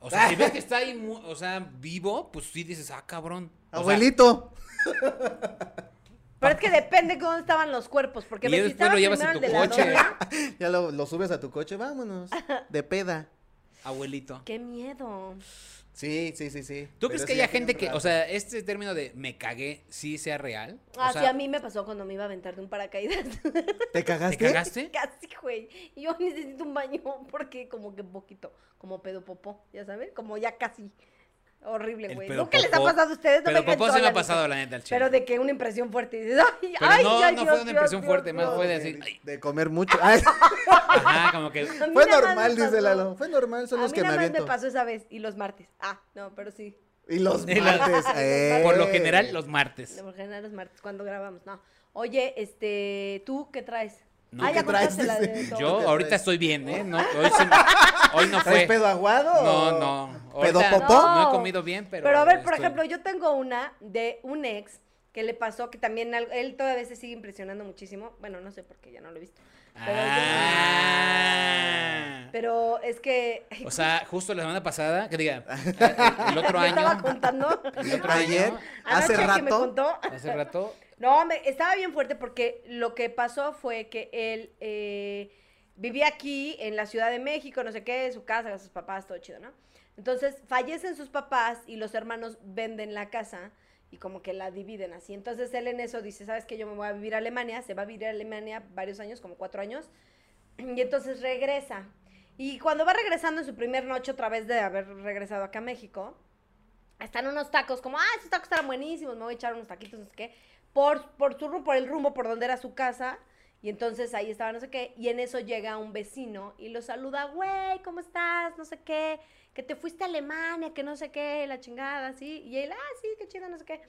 Speaker 1: O
Speaker 3: Ah.
Speaker 1: sea, si ves que está ahí, mu- o sea, vivo, pues sí dices, ah, cabrón. O sea,
Speaker 3: Abuelito.
Speaker 2: Pero es que depende de dónde estaban los cuerpos, porque
Speaker 1: Y
Speaker 2: ves, si
Speaker 1: después lo llevas en
Speaker 2: estaba
Speaker 1: tu
Speaker 2: primero el de la
Speaker 1: coche.
Speaker 2: dona,
Speaker 3: ya lo, lo subes a tu coche, vámonos. De peda.
Speaker 1: abuelito.
Speaker 2: Qué miedo.
Speaker 3: Sí, sí, sí, sí.
Speaker 1: ¿Tú
Speaker 3: Pero
Speaker 1: crees
Speaker 3: eso
Speaker 1: que
Speaker 3: ya
Speaker 1: haya
Speaker 3: tiene
Speaker 1: gente
Speaker 3: un
Speaker 1: que,
Speaker 3: rato.
Speaker 1: o sea, este término de me cagué, sí sea real? O
Speaker 2: Ah,
Speaker 1: sea,
Speaker 2: sí, a mí me pasó cuando me iba a aventar de un paracaídas.
Speaker 3: ¿Te
Speaker 1: ¿Te
Speaker 3: cagaste?
Speaker 1: cagaste?
Speaker 2: Casi, güey. Y yo necesito un baño porque como que un poquito, como pedo popó, ya sabes, como ya casi. Horrible,
Speaker 1: El
Speaker 2: güey.
Speaker 1: pedo
Speaker 2: ¿No que les ha
Speaker 1: popó-
Speaker 2: pasado a ustedes? No
Speaker 1: Pero
Speaker 2: dejen
Speaker 1: popó se me
Speaker 2: sola,
Speaker 1: ha pasado
Speaker 2: neta.
Speaker 1: la neta al chile.
Speaker 2: Pero de que una impresión fuerte. y dices, ay,
Speaker 1: Pero
Speaker 2: ay,
Speaker 1: no,
Speaker 2: ay,
Speaker 1: no
Speaker 2: Dios,
Speaker 1: fue una
Speaker 2: Dios,
Speaker 1: impresión
Speaker 2: Dios,
Speaker 1: fuerte, más
Speaker 2: Dios.
Speaker 1: fue de
Speaker 3: de,
Speaker 1: así. ay,
Speaker 3: de comer mucho. Ay,
Speaker 1: Ajá, como que.
Speaker 2: A mí nada
Speaker 3: fue
Speaker 2: más
Speaker 3: normal,
Speaker 2: me
Speaker 3: dice
Speaker 2: pasó-
Speaker 3: Lalo. Fue normal, son
Speaker 2: A
Speaker 3: los
Speaker 2: mí
Speaker 3: que me
Speaker 2: nada más me
Speaker 3: aviento.
Speaker 2: pasó esa vez y los martes. Ah, no, pero sí.
Speaker 3: Y los
Speaker 1: Y las-
Speaker 3: martes. eh.
Speaker 1: Por lo general, los martes.
Speaker 2: Por general los martes cuando grabamos, no. Oye, este, ¿tú qué traes?
Speaker 1: No,
Speaker 2: ah,
Speaker 1: ¿qué
Speaker 2: ya contaste
Speaker 3: traes?
Speaker 2: la de
Speaker 3: Dice,
Speaker 1: Yo
Speaker 3: ¿Qué
Speaker 1: ahorita
Speaker 3: traes?
Speaker 1: estoy bien, ¿eh? No, hoy, sí- hoy no
Speaker 3: ¿Traes
Speaker 1: fue.
Speaker 3: pedo aguado? o-
Speaker 1: No, no. ahorita
Speaker 3: ¿Pedo popó?
Speaker 1: No he comido bien, pero.
Speaker 2: a ver, por
Speaker 1: estoy-
Speaker 2: ejemplo, yo tengo una de un ex que le pasó que también al- él todavía se sigue impresionando muchísimo. Bueno, no sé por qué, ya no lo he visto. Pero,
Speaker 1: Ah.
Speaker 2: pero es que
Speaker 1: O sea, justo la semana pasada, que diga, el- el otro
Speaker 2: me estaba
Speaker 1: año,
Speaker 2: contando
Speaker 1: el otro
Speaker 3: Ayer,
Speaker 1: año,
Speaker 3: hace
Speaker 2: anoche que me
Speaker 3: rato.
Speaker 2: contó.
Speaker 1: hace rato,
Speaker 2: No, me- estaba bien fuerte porque lo que pasó fue que él eh, vivía aquí en la Ciudad de México, no sé qué, su casa, con sus papás, todo chido, ¿no? Entonces fallecen sus papás y los hermanos venden la casa y como que la dividen así. Entonces él en eso dice, ¿sabes qué? Yo me voy a vivir a Alemania, se va a vivir a Alemania varios años, como cuatro años, y entonces regresa. Y cuando va regresando en su primer noche otra vez de haber regresado acá a México, están unos tacos, como, ah, esos tacos están buenísimos, me voy a echar unos taquitos, no sé qué, por, por, su, ru- por el rumbo por donde era su casa, y entonces ahí estaba no sé qué, y en eso llega un vecino y lo saluda, güey, ¿cómo estás? No sé qué, que te fuiste a Alemania, que no sé qué, la chingada, así, y él, ah, sí, qué chido, no sé qué.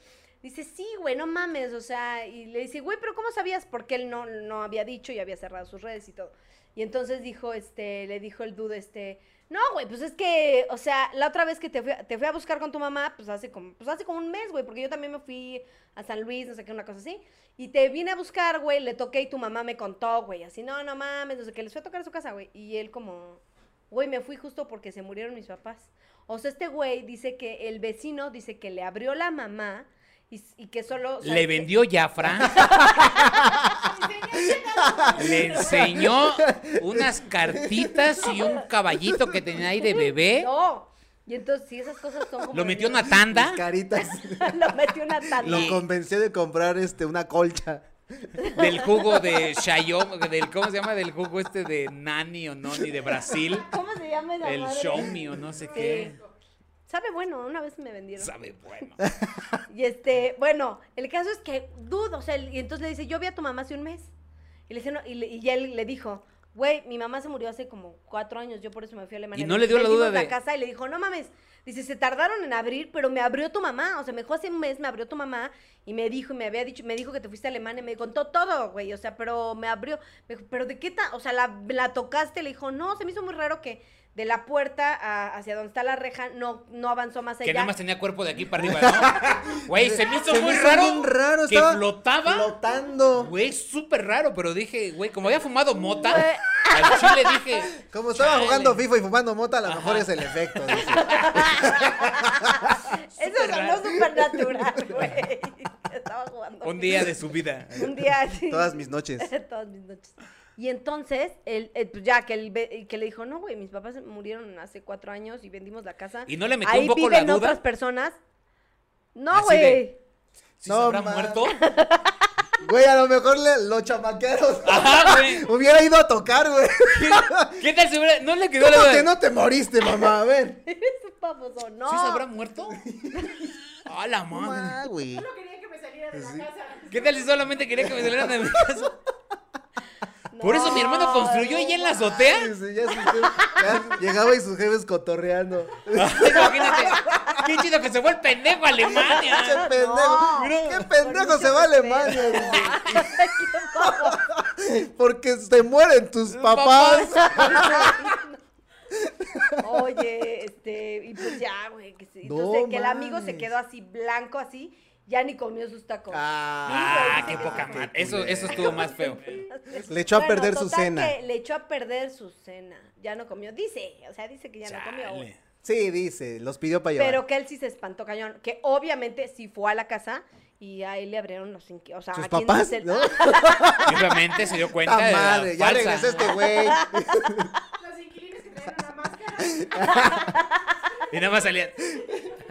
Speaker 2: Dice, sí, güey, no mames, o sea, y le dice, güey, pero ¿cómo sabías? Porque él no, no había dicho y había cerrado sus redes y todo. Y entonces dijo, este, le dijo el dude, este, no, güey, pues es que, o sea, la otra vez que te fui, a- te fui a buscar con tu mamá, pues hace como, pues hace como un mes, güey, porque yo también me fui a San Luis, no sé qué, una cosa así. Y te vine a buscar, güey, le toqué y tu mamá me contó, güey, así, no, no mames, no sé qué, les fui a tocar a su casa, güey. Y él como, güey, me fui justo porque se murieron mis papás. O sea, este güey dice que el vecino dice que le abrió la mamá y, y que solo... o sea,
Speaker 1: le
Speaker 2: que-
Speaker 1: vendió Jafra, le enseñó unas cartitas y un caballito que tenía ahí de bebé,
Speaker 2: No. Y entonces, si esas cosas son como...
Speaker 1: lo
Speaker 2: de
Speaker 1: metió en
Speaker 2: niños.
Speaker 1: una tanda,
Speaker 3: Mis caritas.
Speaker 2: lo metió una tanda.
Speaker 1: Y-
Speaker 3: Lo convenció de comprar este una colcha.
Speaker 1: del jugo de Shayom, del, ¿cómo se llama? Del jugo este de Nani o Noni de Brasil.
Speaker 2: ¿Cómo se se llama esa
Speaker 1: El
Speaker 2: madre?
Speaker 1: show me o no sé qué.
Speaker 2: Sabe bueno, una vez me vendieron.
Speaker 1: Sabe bueno.
Speaker 2: Y este, bueno, el caso es que dudo, o sea, y entonces le dice, yo vi a tu mamá hace un mes. Y le dice, no, y, le- y él le dijo, güey, mi mamá se murió hace como cuatro años, yo por eso me fui a Alemania.
Speaker 1: Y no le dio la duda de-
Speaker 2: Vendimos la casa y le dijo, no mames. Dice, se tardaron en abrir, pero me abrió tu mamá. O sea, me dejó hace un mes, me abrió tu mamá y me dijo, y me había dicho, me dijo que te fuiste a Alemania, me contó todo, güey. O sea, pero me abrió. Me dijo, pero de qué tal, o sea, la, la tocaste, le dijo, no, se me hizo muy raro que de la puerta a- hacia donde está la reja no, no avanzó más allá.
Speaker 1: Que nada más tenía cuerpo de aquí para arriba, ¿no? Güey, se me hizo
Speaker 3: Se me
Speaker 1: muy
Speaker 3: hizo
Speaker 1: raro.
Speaker 3: bien raro,
Speaker 1: que
Speaker 3: estaba
Speaker 1: flotaba.
Speaker 3: Flotando.
Speaker 1: Güey, súper raro, pero dije, güey, como había fumado mota,
Speaker 2: Güey.
Speaker 1: al chile dije.
Speaker 3: Como estaba
Speaker 1: chale.
Speaker 3: jugando FIFA y fumando mota, a lo mejor es el efecto. dice.
Speaker 2: Eso
Speaker 1: Súper
Speaker 2: sonó
Speaker 1: raro.
Speaker 2: súper natural, güey. Estaba jugando.
Speaker 1: Un día de su vida.
Speaker 2: Un día, sí.
Speaker 3: Todas mis noches.
Speaker 2: Todas mis noches. Y entonces, el, el- pues ya que, el, ve- que le dijo, no, güey, mis papás murieron hace cuatro años y vendimos la casa.
Speaker 1: ¿Y no le metió
Speaker 2: Ahí
Speaker 1: un poco la
Speaker 2: viven
Speaker 1: duda?
Speaker 2: otras personas. No,
Speaker 1: Así
Speaker 2: güey.
Speaker 1: de- ¿Sí
Speaker 3: No
Speaker 1: se habrá
Speaker 3: mames.
Speaker 1: muerto?
Speaker 3: Güey, a lo mejor le- los chamaqueros.
Speaker 1: Ajá, güey.
Speaker 3: Hubiera ido a tocar, güey.
Speaker 1: ¿Qué tal si hubiera.? No le quedó la
Speaker 3: ¿Cómo que
Speaker 1: duda.
Speaker 3: no te moriste, mamá? A ver.
Speaker 2: Eres un baboso, no.
Speaker 1: ¿Sí se habrá muerto? ¡A la madre!
Speaker 3: Ah, güey.
Speaker 4: Solo quería que me saliera de la casa.
Speaker 1: ¿Qué tal si solamente quería que me salieran de mi casa? Por eso mi hermano construyó y en la azotea.
Speaker 2: ¿Eh?
Speaker 3: Ay, sí, ya sí, sí. Ya llegaba y sus jefes cotorreando.
Speaker 1: Imagínate. Qué chido que se fue el pendejo a
Speaker 3: ¡Qué
Speaker 1: Alemania.
Speaker 3: pendejo!
Speaker 2: Mira.
Speaker 3: ¡Qué
Speaker 2: Por
Speaker 3: pendejo
Speaker 2: mucho
Speaker 3: se va a
Speaker 2: respeto.
Speaker 3: Alemania! dice,
Speaker 2: Qué baboso.
Speaker 3: Porque se mueren tus papás.
Speaker 2: Oye, este, y pues ya, güey, que sí.
Speaker 3: No
Speaker 2: Entonces, que el amigo se
Speaker 3: mames.
Speaker 2: quedó así blanco, así, ya ni comió sus tacos.
Speaker 1: Ah,
Speaker 3: Ah,
Speaker 1: qué poca madre. Eso, eso estuvo más feo.
Speaker 3: Le echó a perder su
Speaker 2: total
Speaker 3: cena.
Speaker 2: que le echó a perder su cena. Ya no comió. Dice, o sea, dice que ya no comió. güey.
Speaker 1: Chale.
Speaker 3: Sí, dice, los pidió para llevar.
Speaker 2: Pero que él sí se espantó cañón. Que obviamente sí fue a la casa y ahí le abrieron los inqui- O sea,
Speaker 3: ¿Sus
Speaker 2: ¿a quién
Speaker 3: papás?
Speaker 2: dice el-
Speaker 3: ¿No?
Speaker 1: Y obviamente se dio cuenta.
Speaker 3: ¡Ta
Speaker 1: de la
Speaker 3: madre! Ya
Speaker 1: falsa.
Speaker 3: regresé este güey.
Speaker 4: Los inquilinos que traían una máscara.
Speaker 1: Y nada más salían.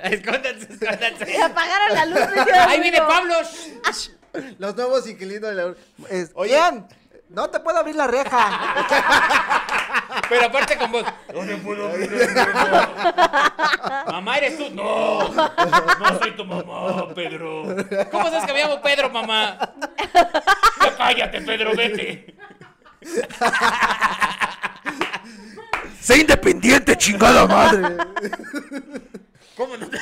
Speaker 1: Escóndanse,
Speaker 2: Le
Speaker 1: escóndanse.
Speaker 2: apagaron la luz. me hicieron
Speaker 1: Ahí viene
Speaker 2: ruido.
Speaker 1: Pablo.
Speaker 3: Los nuevos inquilinos de la... Es, ¿Quién? No te puedo abrir la reja.
Speaker 1: Pero aparte con voz. No me puedo abrir el micrófono. Mamá, eres tú. No. No soy tu mamá, Pedro. ¿Cómo sabes que me llamo Pedro, mamá? Ya cállate, Pedro, vete.
Speaker 3: ¡Sé independiente, chingada madre!
Speaker 1: ¿Cómo no te-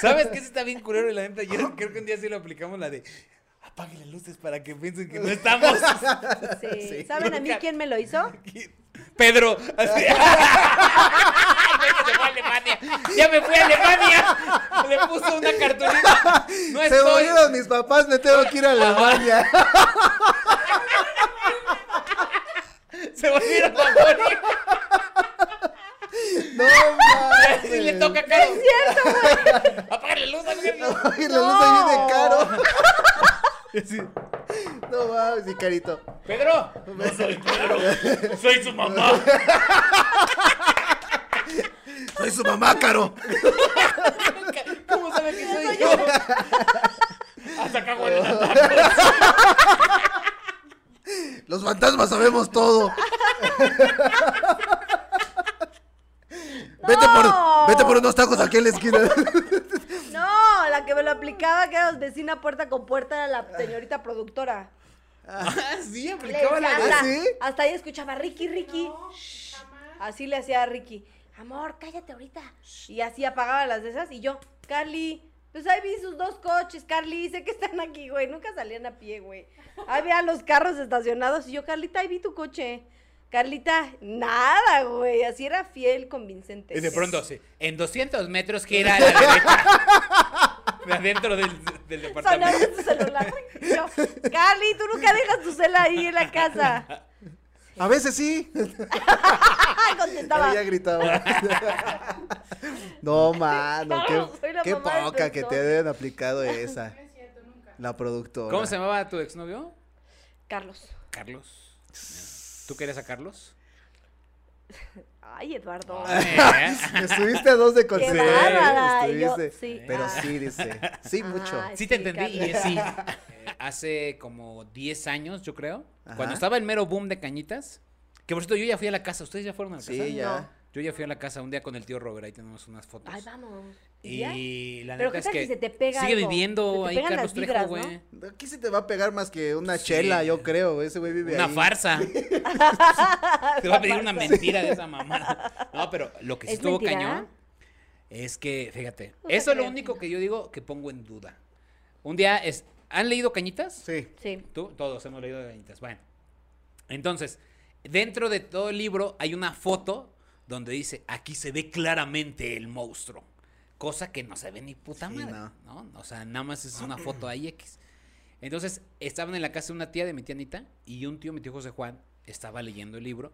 Speaker 1: ¿Sabes qué? Sí está bien culero y la neta. Yo creo que un día sí lo aplicamos la de. Apague las luces para que piensen que no estamos.
Speaker 2: Sí.
Speaker 3: Sí.
Speaker 2: ¿Saben a mí quién me lo hizo?
Speaker 1: Pedro. así. Ay, güey, que se fue a Alemania. Ya me fui a Alemania. Le puso una cartulina. No
Speaker 3: Se
Speaker 1: estoy.
Speaker 3: murieron mis papás, me tengo que ir a la baña.
Speaker 1: Se volvieron a morir.
Speaker 3: No mames.
Speaker 1: Así le toca caro. Es cierto, güey. Apaga la luz, amigo.
Speaker 3: Ay, la luz ahí viene
Speaker 2: No.
Speaker 3: caro.
Speaker 1: Sí.
Speaker 3: No mames, mi carito.
Speaker 1: Pedro. No soy Pedro. Soy su mamá.
Speaker 3: Soy su mamá, caro.
Speaker 1: ¿Cómo sabe que soy yo? Hasta acá huele la
Speaker 3: Los fantasmas sabemos todo. Vete,
Speaker 2: No.
Speaker 3: por, vete por unos tacos aquí en la esquina.
Speaker 2: No, la que me lo aplicaba, que era vecina puerta con puerta, era la señorita productora.
Speaker 1: Ah, sí,
Speaker 2: Le
Speaker 1: aplicaba la
Speaker 2: decía,
Speaker 1: de.
Speaker 2: hasta,
Speaker 3: ¿Ah, ¿sí?
Speaker 2: hasta ahí escuchaba Ricky, Ricky.
Speaker 4: No, jamás.
Speaker 2: Así le hacía a Ricky, amor, cállate ahorita. Y así apagaba las de esas y yo, Carly, pues ahí vi sus dos coches, Carly, sé que están aquí, güey, nunca salían a pie, güey. Ahí vean los carros estacionados y yo, Carlita, ahí vi tu coche. Carlita, nada, güey, así era fiel, convincente.
Speaker 1: Y de pronto, sí. En 200 metros gira a la derecha. Adentro del, del
Speaker 2: Sonaba
Speaker 1: departamento.
Speaker 2: tu celular. güey, y yo, Carly, tú nunca dejas tu cel ahí en la casa.
Speaker 3: A veces sí.
Speaker 2: Ay, contestaba.
Speaker 3: Ella gritaba. No, mano. Qué,
Speaker 2: Claro, soy la
Speaker 3: qué
Speaker 2: mamá del
Speaker 3: poca que
Speaker 2: doctor.
Speaker 3: te hayan aplicado esa.
Speaker 4: No es cierto, nunca.
Speaker 3: La productora.
Speaker 1: ¿Cómo se llamaba tu exnovio?
Speaker 2: Carlos.
Speaker 1: Carlos. ¿Tú querías a Carlos?
Speaker 2: Ay,
Speaker 1: Oh.
Speaker 2: Eduardo.
Speaker 1: Ah. Eh,
Speaker 3: Estuviste a dos de conseguir.
Speaker 2: bárbara, y yo,
Speaker 3: Estuviste.
Speaker 2: sí,
Speaker 3: Pero
Speaker 2: ah.
Speaker 3: sí, dice. Sí, mucho.
Speaker 2: Ay,
Speaker 1: Sí te
Speaker 2: sí,
Speaker 1: entendí, y
Speaker 2: Carlos.
Speaker 1: sí. Eh, Hace como 10 años, yo creo,
Speaker 3: Ajá.
Speaker 2: pues
Speaker 1: cuando estaba el mero boom de cañitas, que por cierto yo ya fui a la casa, ¿ustedes ya fueron a la casa?
Speaker 3: Sí, ya.
Speaker 1: Yo ya fui a la casa un día con el tío Robert, ahí tenemos unas fotos.
Speaker 2: Ay, vamos. ¿Ya?
Speaker 1: y la
Speaker 2: Pero
Speaker 1: neta
Speaker 2: ¿qué
Speaker 1: es
Speaker 2: tal
Speaker 1: que
Speaker 2: si se te pega
Speaker 1: sigue
Speaker 2: algo? Se
Speaker 1: viviendo
Speaker 2: te
Speaker 1: ahí
Speaker 2: pegan
Speaker 1: Carlos
Speaker 2: las vibras,
Speaker 1: Trejo,
Speaker 2: ¿no?
Speaker 1: güey.
Speaker 3: Aquí se te va a pegar más que una
Speaker 1: Sí.
Speaker 3: chela, yo creo. Ese güey vive
Speaker 1: Una
Speaker 3: ahí.
Speaker 1: farsa. Te va a pedir una mentira de esa mamada. No, pero lo que sí
Speaker 2: ¿Es
Speaker 1: estuvo
Speaker 2: mentira?
Speaker 1: cañón es que, fíjate,
Speaker 2: No te
Speaker 1: eso es lo
Speaker 2: creo.
Speaker 1: único que yo digo que pongo en duda. Un día es, ¿han leído Cañitas?
Speaker 3: Sí.
Speaker 2: Sí.
Speaker 1: Tú, todos hemos leído de Cañitas. Bueno. Entonces, dentro de todo el libro hay una foto donde dice, aquí se ve claramente el monstruo. Cosa que no se ve ni puta
Speaker 3: Sí,
Speaker 1: madre. No. O sea, nada más es una foto ahí X. Entonces, estaban en la casa de una tía de mi tía Anita y un tío, mi tío José Juan, estaba leyendo el libro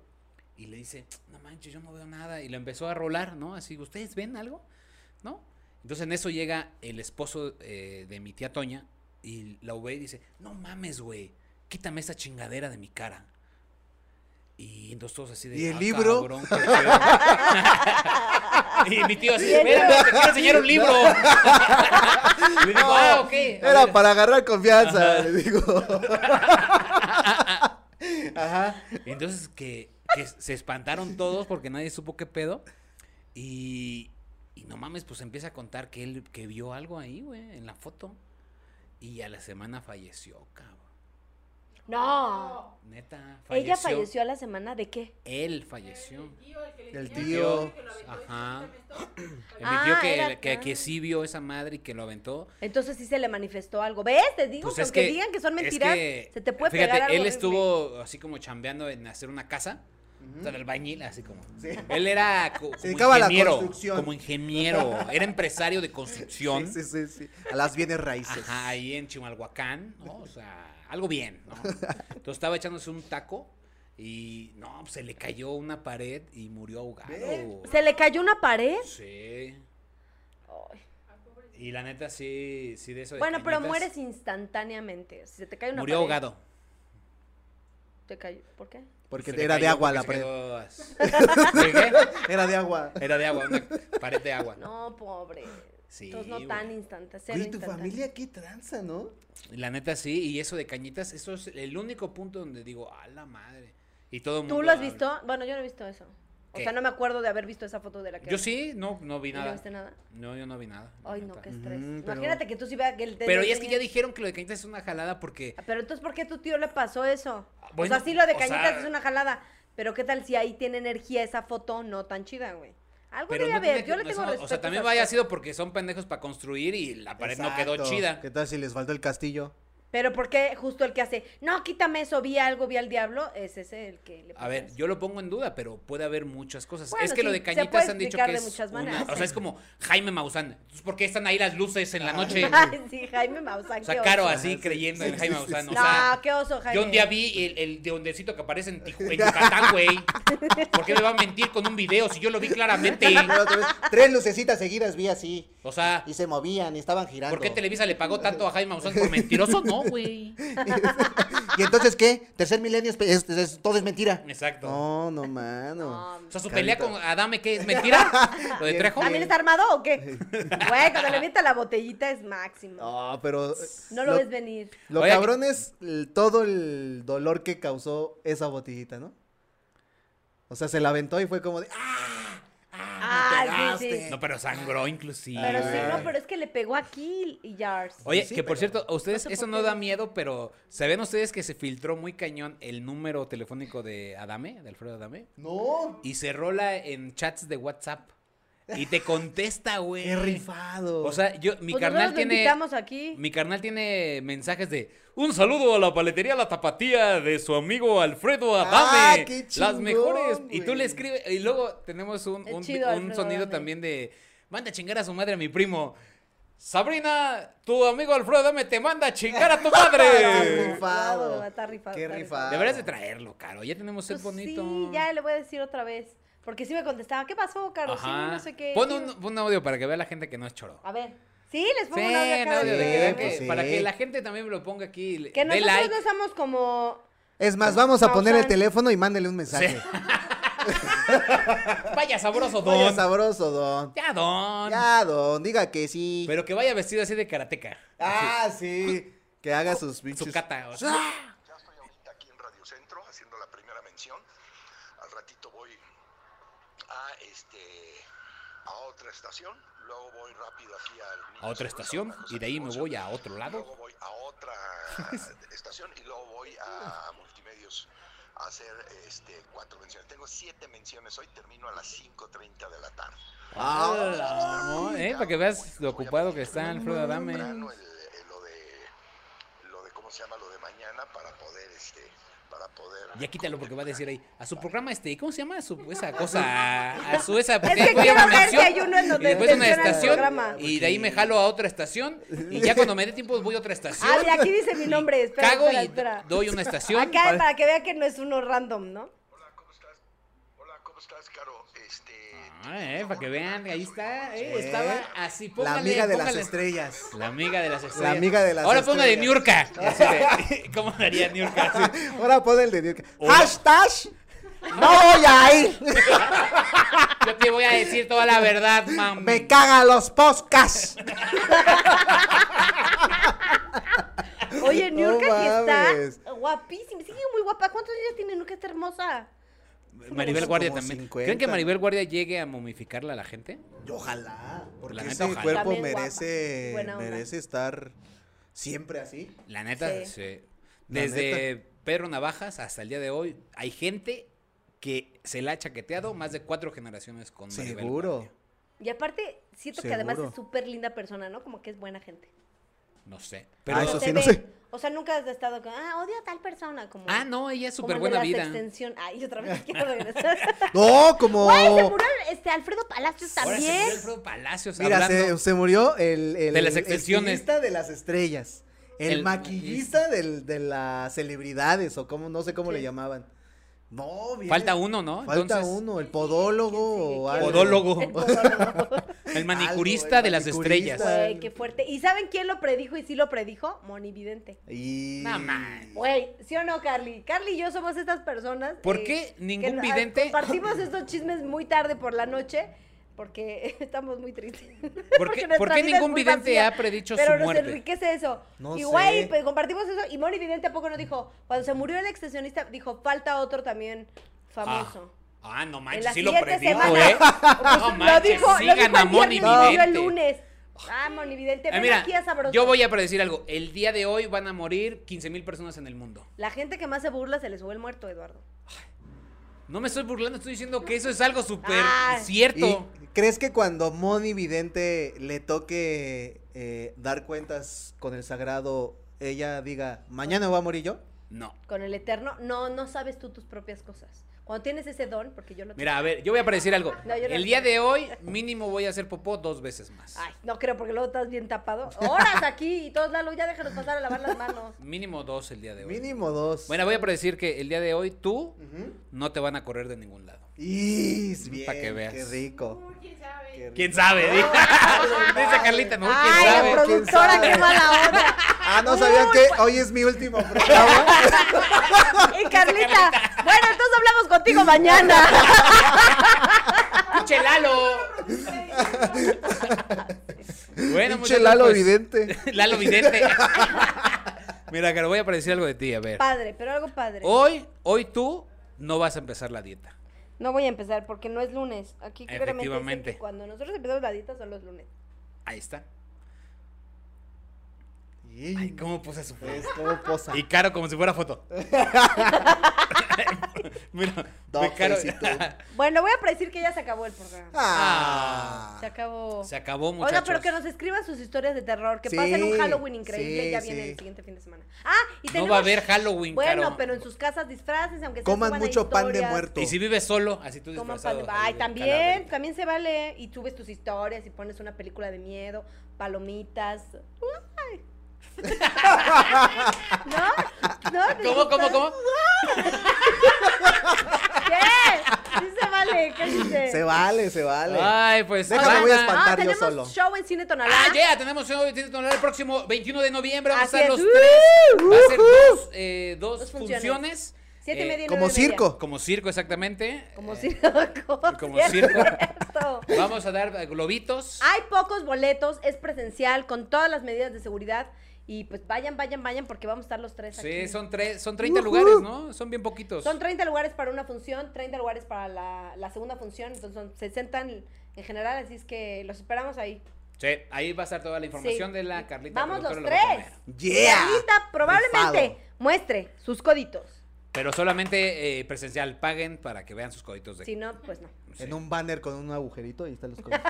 Speaker 1: y le dice, no manches, yo no veo nada. Y lo empezó a rolar, ¿no? Así, ¿ustedes ven algo? ¿No? Entonces en eso llega el esposo eh, de mi tía Toña y la ve y dice, no mames, güey, quítame esa chingadera de mi cara. Y entonces todos así de...
Speaker 3: ¿Y el
Speaker 1: "Ah,
Speaker 3: libro?"
Speaker 1: cabrón, qué pedo. y mi tío así, espérame, te quiero enseñar un libro. y le digo, ah, ok. a
Speaker 3: Era
Speaker 1: ver".
Speaker 3: para agarrar confianza, le digo. Ajá.
Speaker 1: Entonces que, que se espantaron todos porque nadie supo qué pedo. Y, y no mames, pues empieza a contar que él que vio algo ahí, güey, en la foto. Y a la semana falleció, cabrón.
Speaker 2: No.
Speaker 1: Neta, falleció.
Speaker 2: ¿Ella falleció a la semana de qué?
Speaker 1: Él falleció.
Speaker 3: El
Speaker 4: El
Speaker 3: tío.
Speaker 4: tío.
Speaker 1: Ajá.
Speaker 4: Ajá.
Speaker 1: Emitió
Speaker 2: Ah,
Speaker 1: que,
Speaker 2: era-
Speaker 1: que,
Speaker 2: ah.
Speaker 1: que sí vio esa madre y que lo aventó.
Speaker 2: Entonces sí se le manifestó algo. ¿Ves? Te digo,
Speaker 1: Pues
Speaker 2: que
Speaker 1: es
Speaker 2: aunque
Speaker 1: que-
Speaker 2: digan que son
Speaker 1: es
Speaker 2: mentiras,
Speaker 1: que,
Speaker 2: se te puede
Speaker 1: fíjate,
Speaker 2: pegar algo.
Speaker 1: él
Speaker 2: horrible.
Speaker 1: estuvo así como chambeando en hacer una casa. O sea, el albañil, así como.
Speaker 3: Sí.
Speaker 1: Él era co- como
Speaker 3: dedicaba a la
Speaker 1: ingeniero,
Speaker 3: construcción.
Speaker 1: como ingeniero, era empresario de construcción.
Speaker 3: Sí, sí, sí, sí. A las bienes raíces.
Speaker 1: Ajá, ahí en Chimalhuacán, ¿no? O sea, algo bien, ¿no? Entonces estaba echándose un taco y no, pues, se le cayó una pared y murió ahogado.
Speaker 2: ¿Se le cayó una pared?
Speaker 1: Sí.
Speaker 2: Ay.
Speaker 1: Y la neta sí, sí de eso. de
Speaker 2: Bueno, pero
Speaker 1: cañitas,
Speaker 2: mueres instantáneamente. Si se te cae una
Speaker 1: Murió
Speaker 2: pared.
Speaker 1: ahogado.
Speaker 2: Te cayó. ¿Por qué?
Speaker 3: Porque
Speaker 1: Se le
Speaker 3: era de
Speaker 1: cayó
Speaker 3: agua la
Speaker 1: porque se
Speaker 3: pared.
Speaker 1: quedó as- ¿De qué?
Speaker 3: Era de agua.
Speaker 1: Era de agua, una pared de agua.
Speaker 2: No, pobre.
Speaker 1: Sí,
Speaker 2: Entonces no
Speaker 1: güey.
Speaker 2: tan instante. Cero
Speaker 3: Güey, tu
Speaker 2: instantáneo.
Speaker 3: familia qué tranza, ¿no?
Speaker 1: La neta sí, y eso de cañitas, eso es el único punto donde digo, a la madre. Y todo el mundo.
Speaker 2: ¿Tú lo has
Speaker 1: habla.
Speaker 2: visto? Bueno, yo no he visto eso. O
Speaker 1: ¿Qué?
Speaker 2: sea, no me acuerdo de haber visto esa foto de la que.
Speaker 1: Yo sí, no, no vi
Speaker 2: ¿Y ¿No
Speaker 1: nada.
Speaker 2: viste nada?
Speaker 1: No, yo no vi nada. la
Speaker 2: Ay, no,
Speaker 1: neta.
Speaker 2: qué estrés.
Speaker 3: Ujú, pero-
Speaker 2: Imagínate que tú sí veas que el
Speaker 1: Pero ya es que ya dijeron que lo de cañitas es una jalada porque.
Speaker 2: Pero entonces, ¿por qué a tu tío le pasó eso?
Speaker 1: Bueno,
Speaker 2: o sea, sí, lo de
Speaker 1: o sea-
Speaker 2: cañitas es una jalada. Pero ¿qué tal si ahí tiene energía esa foto no tan chida, güey? Algo
Speaker 1: Pero
Speaker 2: debe
Speaker 1: no
Speaker 2: haber.
Speaker 1: tiene que-
Speaker 2: Yo le
Speaker 1: no,
Speaker 2: tengo
Speaker 1: eso-
Speaker 2: respeto.
Speaker 1: O sea, también
Speaker 2: a esas
Speaker 1: vaya
Speaker 2: cosas.
Speaker 1: sido porque son pendejos para construir y la pared no quedó
Speaker 3: Exacto.
Speaker 1: chida.
Speaker 3: ¿Qué tal si les faltó el castillo?
Speaker 2: Pero ¿por qué justo el que hace, no, quítame eso, vi algo, vi al diablo? Es ese el que le pasa
Speaker 1: A ver,
Speaker 2: eso.
Speaker 1: yo lo pongo en duda, pero puede haber muchas cosas.
Speaker 2: Bueno,
Speaker 1: es que lo de
Speaker 2: sí, se puede
Speaker 1: cañitas han dicho
Speaker 2: explicar
Speaker 1: que
Speaker 2: de
Speaker 1: es
Speaker 2: muchas
Speaker 1: una-
Speaker 2: maneras, Ah.
Speaker 1: o sea, es como Jaime Maussan. Entonces, ¿por qué están ahí las luces en la noche?
Speaker 2: Ay, sí, Jaime Maussan.
Speaker 1: O sea,
Speaker 2: qué
Speaker 1: Caro
Speaker 2: oso.
Speaker 1: así
Speaker 3: sí,
Speaker 1: creyendo
Speaker 3: sí,
Speaker 1: en
Speaker 3: sí,
Speaker 1: Jaime
Speaker 3: sí, sí.
Speaker 1: Maussan. O
Speaker 2: No,
Speaker 1: sea,
Speaker 2: qué oso, Jaime.
Speaker 1: yo un día vi el, el de hondecito que aparece en, Tiju- en Yucatán, güey. ¿Por qué me va a mentir con un video si yo lo vi claramente?
Speaker 5: Pero otra vez, Tres lucecitas seguidas vi así.
Speaker 1: O sea,
Speaker 5: Y se movían y estaban girando.
Speaker 1: ¿por qué Televisa le pagó tanto a Jaime Maussan por mentiroso? No, güey.
Speaker 5: ¿Y entonces qué? Tercer milenio es, es- es- todo es mentira.
Speaker 1: Exacto.
Speaker 3: No, no, mano.
Speaker 2: No,
Speaker 1: O sea, su
Speaker 3: Carita.
Speaker 1: pelea con Adame, ¿qué es mentira? ¿Lo de
Speaker 3: Bien,
Speaker 1: Trejo?
Speaker 2: ¿También está armado o qué? Güey, cuando le avienta la botellita es máximo. No,
Speaker 3: No, pero.
Speaker 2: lo, ves venir.
Speaker 3: Lo
Speaker 1: Oye,
Speaker 3: cabrón es el- todo el dolor que causó esa botellita, ¿no? O sea, se la aventó y fue como de. ¡Ah!
Speaker 2: Ah, sí, sí.
Speaker 1: No, pero sangró inclusive.
Speaker 2: Pero sí,
Speaker 3: Ah.
Speaker 2: no, pero es que le pegó aquí y Yars.
Speaker 1: Oye,
Speaker 3: Pues Sí,
Speaker 1: que por
Speaker 3: pero-
Speaker 1: cierto, a ustedes
Speaker 2: No sé
Speaker 1: eso
Speaker 2: por
Speaker 1: no
Speaker 2: qué
Speaker 1: da
Speaker 2: no.
Speaker 1: miedo, pero ¿saben ustedes que se filtró muy cañón el número telefónico de Adame, de Alfredo Adame?
Speaker 3: ¡No!
Speaker 1: Y se rola en chats de WhatsApp. Y te contesta, güey.
Speaker 3: ¡Qué rifado!
Speaker 1: O sea, yo, mi
Speaker 2: Pues
Speaker 1: carnal
Speaker 2: nosotros lo
Speaker 1: tiene.
Speaker 2: invitamos aquí.
Speaker 1: Mi carnal tiene mensajes de un saludo a la paletería La Tapatía de su amigo Alfredo Adame.
Speaker 3: Ah, qué
Speaker 1: las
Speaker 3: chingón,
Speaker 1: mejores. Y tú
Speaker 3: güey.
Speaker 1: le escribes. Y luego tenemos un,
Speaker 2: Es
Speaker 1: un-
Speaker 2: chido,
Speaker 1: un
Speaker 2: Alfredo
Speaker 1: sonido
Speaker 2: Adame.
Speaker 1: también de. Manda a chingar a su madre a mi primo. Sabrina, tu amigo Alfredo Adame te manda a chingar a tu
Speaker 3: Está
Speaker 1: madre.
Speaker 3: rifado!
Speaker 2: Está rifado,
Speaker 3: ¡Qué
Speaker 2: está
Speaker 3: rifado!
Speaker 1: Deberías de traerlo, caro. Ya tenemos el
Speaker 2: Pues
Speaker 1: bonito.
Speaker 2: Sí, ya le voy a decir otra vez. Porque sí me contestaba, ¿qué pasó, Carlos? Sí,
Speaker 1: Ajá.
Speaker 2: no sé qué.
Speaker 1: Pon
Speaker 2: Sí,
Speaker 1: un, pon un audio para que vea la gente que no es choro.
Speaker 2: A ver. Sí, les
Speaker 1: Sí,
Speaker 2: pongo un audio a
Speaker 1: un
Speaker 2: cada
Speaker 1: audio
Speaker 2: quien.
Speaker 1: de
Speaker 3: Sí,
Speaker 1: que-
Speaker 3: pues sí.
Speaker 1: para que la gente también lo ponga aquí. y le-
Speaker 2: Que
Speaker 1: dé
Speaker 2: nosotros
Speaker 1: like.
Speaker 2: no somos como...
Speaker 3: Es más, vamos a poner el
Speaker 2: Pausan.
Speaker 3: teléfono y mándele un mensaje.
Speaker 1: Sí. Vaya sabroso, don.
Speaker 3: Vaya sabroso, don.
Speaker 1: Ya, don.
Speaker 3: Ya, don, diga que sí.
Speaker 1: Pero que vaya vestido así de karateca.
Speaker 3: Ah, sí. Que haga sus
Speaker 1: Su
Speaker 3: pinches. ¡Ah!
Speaker 1: cata. o
Speaker 2: Ah,
Speaker 1: sea.
Speaker 6: Ya estoy ahorita aquí en Radio Centro haciendo la primera mención. Al ratito voy a este a otra estación, luego voy rápido aquí al
Speaker 1: A otra estación y de ahí me voy a otro
Speaker 6: Luego
Speaker 1: lado.
Speaker 6: voy a otra estación y luego voy a Multimedios a hacer este cuatro menciones. Tengo siete menciones hoy, termino a las 5.30 de la tarde.
Speaker 1: Ah,
Speaker 6: Ay,
Speaker 1: ¿eh? Para que
Speaker 6: cabrón,
Speaker 1: veas
Speaker 6: voy-
Speaker 1: lo
Speaker 6: voy a
Speaker 1: ocupado
Speaker 6: pedir
Speaker 1: que está el
Speaker 6: temprano,
Speaker 1: Alfredo Adame.
Speaker 6: temprano pues, el- el- lo de lo de cómo se llama lo de mañana para poder este para poder
Speaker 1: Ya quítalo porque va a decir ahí, a su programa este, ¿cómo se llama? A su, esa cosa, a su esa... porque
Speaker 2: que
Speaker 1: fue
Speaker 2: quiero
Speaker 1: una
Speaker 2: ver
Speaker 1: mención,
Speaker 2: que hay uno en
Speaker 1: y
Speaker 2: donde
Speaker 1: después una
Speaker 2: mencionan el
Speaker 1: estación,
Speaker 2: programa.
Speaker 1: y de ahí me jalo a otra estación, y ya cuando me dé tiempo voy a otra estación.
Speaker 2: Ah, mira, aquí dice mi
Speaker 1: y
Speaker 2: nombre, espera,
Speaker 1: Cago
Speaker 2: espera,
Speaker 1: y
Speaker 2: espera.
Speaker 1: doy una estación.
Speaker 2: Acá
Speaker 1: para-
Speaker 2: para que vea que no es uno random, ¿no?
Speaker 6: Hola, ¿cómo estás? Hola, ¿cómo estás, Caro? Este
Speaker 1: Ah, eh, para que vean, ahí está, eh, estaba así, póngale,
Speaker 3: la amiga de las
Speaker 1: póngale.
Speaker 3: estrellas.
Speaker 1: La amiga de las estrellas.
Speaker 3: amiga de las
Speaker 1: Ahora póngale
Speaker 3: estrellas.
Speaker 1: Niurka. Así de- ¿Cómo haría Niurka? Así.
Speaker 3: Ahora pon el de Dirk.
Speaker 1: Hola.
Speaker 3: Hashtag.
Speaker 5: ¡No voy a ir!
Speaker 1: Yo te voy a decir toda la verdad, mami.
Speaker 5: ¡Me cagan los podcasts!
Speaker 2: Oye,
Speaker 3: No
Speaker 2: Niurka que
Speaker 3: mames.
Speaker 2: está guapísima, sigue muy guapa. ¿Cuántos años tiene Niurka? Está hermosa.
Speaker 1: Maribel
Speaker 3: Como
Speaker 1: Guardia también.
Speaker 3: 50.
Speaker 1: ¿Creen que Maribel Guardia llegue a momificarla a la gente?
Speaker 3: Ojalá. Porque
Speaker 1: La neta,
Speaker 3: ese
Speaker 1: ojalá.
Speaker 3: cuerpo
Speaker 2: También guapa,
Speaker 3: merece,
Speaker 2: buena onda.
Speaker 3: merece estar siempre así.
Speaker 1: La neta,
Speaker 2: Sí.
Speaker 1: sí.
Speaker 3: La
Speaker 1: Desde Pedro Navajas hasta el día de hoy, hay gente que se la ha chaqueteado más de cuatro generaciones con Maribel
Speaker 3: Seguro.
Speaker 1: Guardia.
Speaker 2: Y aparte, siento que además
Speaker 3: Seguro.
Speaker 2: es súper linda persona, ¿no? Como que es buena gente.
Speaker 1: No sé.
Speaker 3: Ah,
Speaker 1: Pero
Speaker 3: eso
Speaker 2: te
Speaker 3: sí, no
Speaker 2: ve-
Speaker 3: sé.
Speaker 2: O sea, nunca has estado con, ah, odio a tal persona. Como,
Speaker 1: Ah, no, ella es
Speaker 2: como
Speaker 1: súper
Speaker 2: el de
Speaker 1: buena
Speaker 2: las
Speaker 1: vida.
Speaker 2: Extensión. Ay, otra vez quiero regresar.
Speaker 3: No, como.
Speaker 2: Güey, se murió este, Alfredo Palacios
Speaker 1: Ahora se murió
Speaker 2: también.
Speaker 1: Alfredo Palacios
Speaker 3: Mira,
Speaker 1: hablando.
Speaker 3: se, se murió el, el,
Speaker 1: De las
Speaker 3: el
Speaker 1: extensiones.
Speaker 3: estilista de las estrellas. El,
Speaker 1: El
Speaker 3: maquillista del- de las celebridades, o como, no sé cómo
Speaker 2: Sí.
Speaker 3: le llamaban. No, bien.
Speaker 1: Falta uno, ¿no?
Speaker 3: Falta
Speaker 1: Entonces,
Speaker 3: uno, el podólogo. o algo.
Speaker 1: Podólogo.
Speaker 2: El podólogo.
Speaker 1: El manicurista
Speaker 3: Algo, el
Speaker 1: de las
Speaker 3: manicurista.
Speaker 1: estrellas.
Speaker 2: Güey, qué fuerte. ¿Y saben quién lo predijo y sí lo predijo? Moni Vidente.
Speaker 3: Y.
Speaker 1: No mames.
Speaker 2: Güey, ¿sí o no, Carly? Carly y yo somos estas personas.
Speaker 1: ¿Por
Speaker 2: eh,
Speaker 1: qué
Speaker 2: que
Speaker 1: ningún
Speaker 2: no-
Speaker 1: vidente?
Speaker 2: Compartimos estos chismes muy tarde por la noche porque estamos muy tristes.
Speaker 1: ¿Por qué,
Speaker 2: nuestra
Speaker 1: por qué
Speaker 2: vida es
Speaker 1: ningún
Speaker 2: muy
Speaker 1: vidente
Speaker 2: vacía,
Speaker 1: ha predicho
Speaker 2: Pero
Speaker 1: su
Speaker 2: nos
Speaker 1: muerte?
Speaker 2: enriquece eso.
Speaker 3: No
Speaker 2: y güey,
Speaker 3: sé.
Speaker 2: pues, compartimos eso. Y Moni Vidente a poco no dijo, cuando se murió el extensionista, dijo, falta otro también famoso.
Speaker 1: Ah, no
Speaker 2: En
Speaker 1: manches,
Speaker 2: la
Speaker 1: sí lo
Speaker 2: siguiente
Speaker 1: predijo,
Speaker 2: semana,
Speaker 1: ¿eh? No
Speaker 2: lo
Speaker 1: manches,
Speaker 2: dijo, lo
Speaker 1: sigan
Speaker 2: dijo
Speaker 1: a
Speaker 2: el
Speaker 1: Moni
Speaker 2: viernes, lo dijo el
Speaker 1: Vidente.
Speaker 2: lunes. Ah, Moni Vidente,
Speaker 1: Ah,
Speaker 2: ven
Speaker 1: mira,
Speaker 2: aquí a sabroso.
Speaker 1: yo voy a predecir algo. El día de hoy van a morir 15 mil personas en el mundo.
Speaker 2: La gente que más se burla se le sube el muerto, Eduardo.
Speaker 1: No me estoy burlando, estoy diciendo que eso es algo súper
Speaker 2: Ay.
Speaker 3: ¿Y
Speaker 1: cierto.
Speaker 3: crees que cuando Moni Vidente le toque eh, dar cuentas con el sagrado, ella diga, mañana voy a morir yo?
Speaker 1: No.
Speaker 2: Con el eterno, no, no sabes tú tus propias cosas. Cuando tienes ese don, porque yo lo tengo.
Speaker 1: Mira, a ver, yo voy a predecir algo.
Speaker 2: No, yo no.
Speaker 1: el día de hoy, mínimo voy a hacer popó dos veces más.
Speaker 2: Ay, no creo, porque luego estás bien tapado. Horas aquí y todos, Lalo, ya déjanos pasar a lavar las manos.
Speaker 1: Mínimo dos el día de hoy.
Speaker 3: Mínimo dos.
Speaker 1: Bueno, voy a predecir que el día de hoy tú no te van a correr de ningún lado.
Speaker 3: Y bien,
Speaker 1: Pa' que veas.
Speaker 3: qué rico.
Speaker 4: Uy, quién sabe.
Speaker 3: qué rico.
Speaker 1: ¿Quién sabe? Dice Dice Carlita, no, ¿quién
Speaker 2: Ay,
Speaker 1: sabe?
Speaker 2: la productora,
Speaker 3: sabe?
Speaker 2: qué mala onda.
Speaker 3: Ah, no sabían que hoy es mi último programa.
Speaker 2: Y Carlita, bueno, entonces hablamos contigo mañana.
Speaker 1: ¡Pinche Lalo! bueno,
Speaker 3: Pinche
Speaker 1: muchachos,
Speaker 3: Lalo
Speaker 1: pues,
Speaker 3: Vidente.
Speaker 1: Lalo Vidente. Mira, Caro, voy a predecir algo de ti, a ver.
Speaker 2: Padre, pero algo padre.
Speaker 1: Hoy, hoy tú no vas a empezar la dieta.
Speaker 2: No voy a empezar porque no es lunes. Aquí claramente dice
Speaker 1: Efectivamente.
Speaker 2: que cuando nosotros empezamos la dieta son los lunes.
Speaker 1: Ahí está.
Speaker 3: Y-
Speaker 1: Ay, cómo puse su foto.
Speaker 3: Es como posa.
Speaker 1: Y Caro como si fuera foto. Mira,
Speaker 3: Dos
Speaker 1: ve Caro.
Speaker 3: pesitos.
Speaker 2: Bueno, voy a predecir que ya se acabó el programa.
Speaker 1: Ah.
Speaker 3: Ah.
Speaker 2: Se acabó.
Speaker 1: Se acabó, muchachos.
Speaker 2: Oiga, pero que nos escriban sus historias de terror, que
Speaker 3: Sí,
Speaker 2: pasen un Halloween increíble,
Speaker 3: sí,
Speaker 2: ya viene
Speaker 3: sí.
Speaker 2: el siguiente fin de semana. Ah, y tenemos...
Speaker 1: No va a haber Halloween,
Speaker 2: Bueno,
Speaker 1: Caro.
Speaker 2: pero en sus casas disfraces, aunque sea
Speaker 3: Coman
Speaker 2: suban ahí
Speaker 3: mucho pan de
Speaker 2: historias,
Speaker 3: muerto.
Speaker 1: Y si vives solo, así tú
Speaker 2: coman
Speaker 1: disfrazado.
Speaker 2: pan de- Ay,
Speaker 1: al
Speaker 2: también,
Speaker 1: calaverito.
Speaker 2: también se vale. Y subes tus historias y pones una película de miedo, palomitas. Ay. ¿No? ¿No? ¿Te
Speaker 1: ¿Cómo,
Speaker 2: gusta?
Speaker 1: cómo, cómo?
Speaker 2: ¿Qué? Sí se vale, ¿qué dices?
Speaker 3: Se vale, se vale.
Speaker 1: Ay, pues.
Speaker 3: Déjame, voy a
Speaker 1: banda.
Speaker 3: espantar.
Speaker 2: Ah,
Speaker 3: yo
Speaker 2: tenemos
Speaker 3: solo.
Speaker 2: show en Cine Tonalá.
Speaker 1: Ah, ya, tenemos show de Tienda Tonalá el próximo 21 de noviembre. Vamos
Speaker 2: Así
Speaker 1: a estar
Speaker 2: es. Uh,
Speaker 1: los tres. Va a ser dos, eh, dos
Speaker 2: Dos funciones.
Speaker 1: funciones.
Speaker 2: Siete y
Speaker 1: Eh,
Speaker 2: media y
Speaker 3: como
Speaker 2: nueve y media.
Speaker 3: circo.
Speaker 1: Como circo, exactamente.
Speaker 2: Como
Speaker 1: Eh,
Speaker 2: circo.
Speaker 1: como
Speaker 2: sí es
Speaker 1: circo.
Speaker 2: cierto.
Speaker 1: Vamos a dar eh, globitos.
Speaker 2: Ah, Hay pocos boletos, es presencial, con todas las medidas de seguridad. Y pues vayan, vayan, vayan, porque vamos a estar los tres aquí. Uh-huh.
Speaker 1: Sí, son, tres, son 30 lugares, ¿no? Son bien poquitos.
Speaker 2: Son 30 lugares para una función, 30 lugares para la, la segunda función, entonces son 60 en, en general, así es que los esperamos ahí.
Speaker 1: Sí, ahí va a estar toda la información
Speaker 2: Sí.
Speaker 1: de la Carlita.
Speaker 2: Vamos los
Speaker 1: productora, lo va a
Speaker 2: tres.
Speaker 1: poner.
Speaker 5: Yeah.
Speaker 2: Carlita probablemente muestre sus coditos.
Speaker 1: Pero solamente eh, presencial, paguen para que vean sus coditos de...
Speaker 2: Si no, pues no.
Speaker 1: Sí.
Speaker 3: En un banner con un agujerito, ahí están los códigos.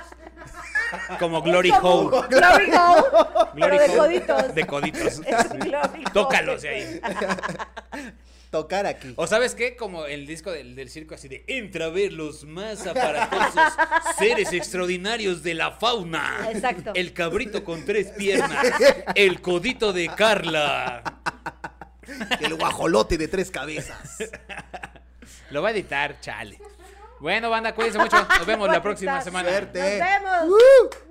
Speaker 1: Como Glory
Speaker 2: Es como
Speaker 1: Hole.
Speaker 2: un Glory Hole,
Speaker 1: Glory
Speaker 2: pero de
Speaker 1: Hole
Speaker 2: coditos.
Speaker 1: De coditos.
Speaker 2: Es un Glory Hole.
Speaker 1: Tócalos de ahí.
Speaker 3: Tocar aquí.
Speaker 1: O sabes qué, como el disco del, del circo así de entra a ver los más aparatosos seres extraordinarios de la fauna.
Speaker 2: Exacto.
Speaker 1: El cabrito con tres piernas. El codito de Carla.
Speaker 3: El guajolote de tres cabezas.
Speaker 1: Lo va a editar, chale. Bueno, banda, cuídense mucho. Nos vemos la próxima semana.
Speaker 3: Suerte.
Speaker 2: Nos vemos.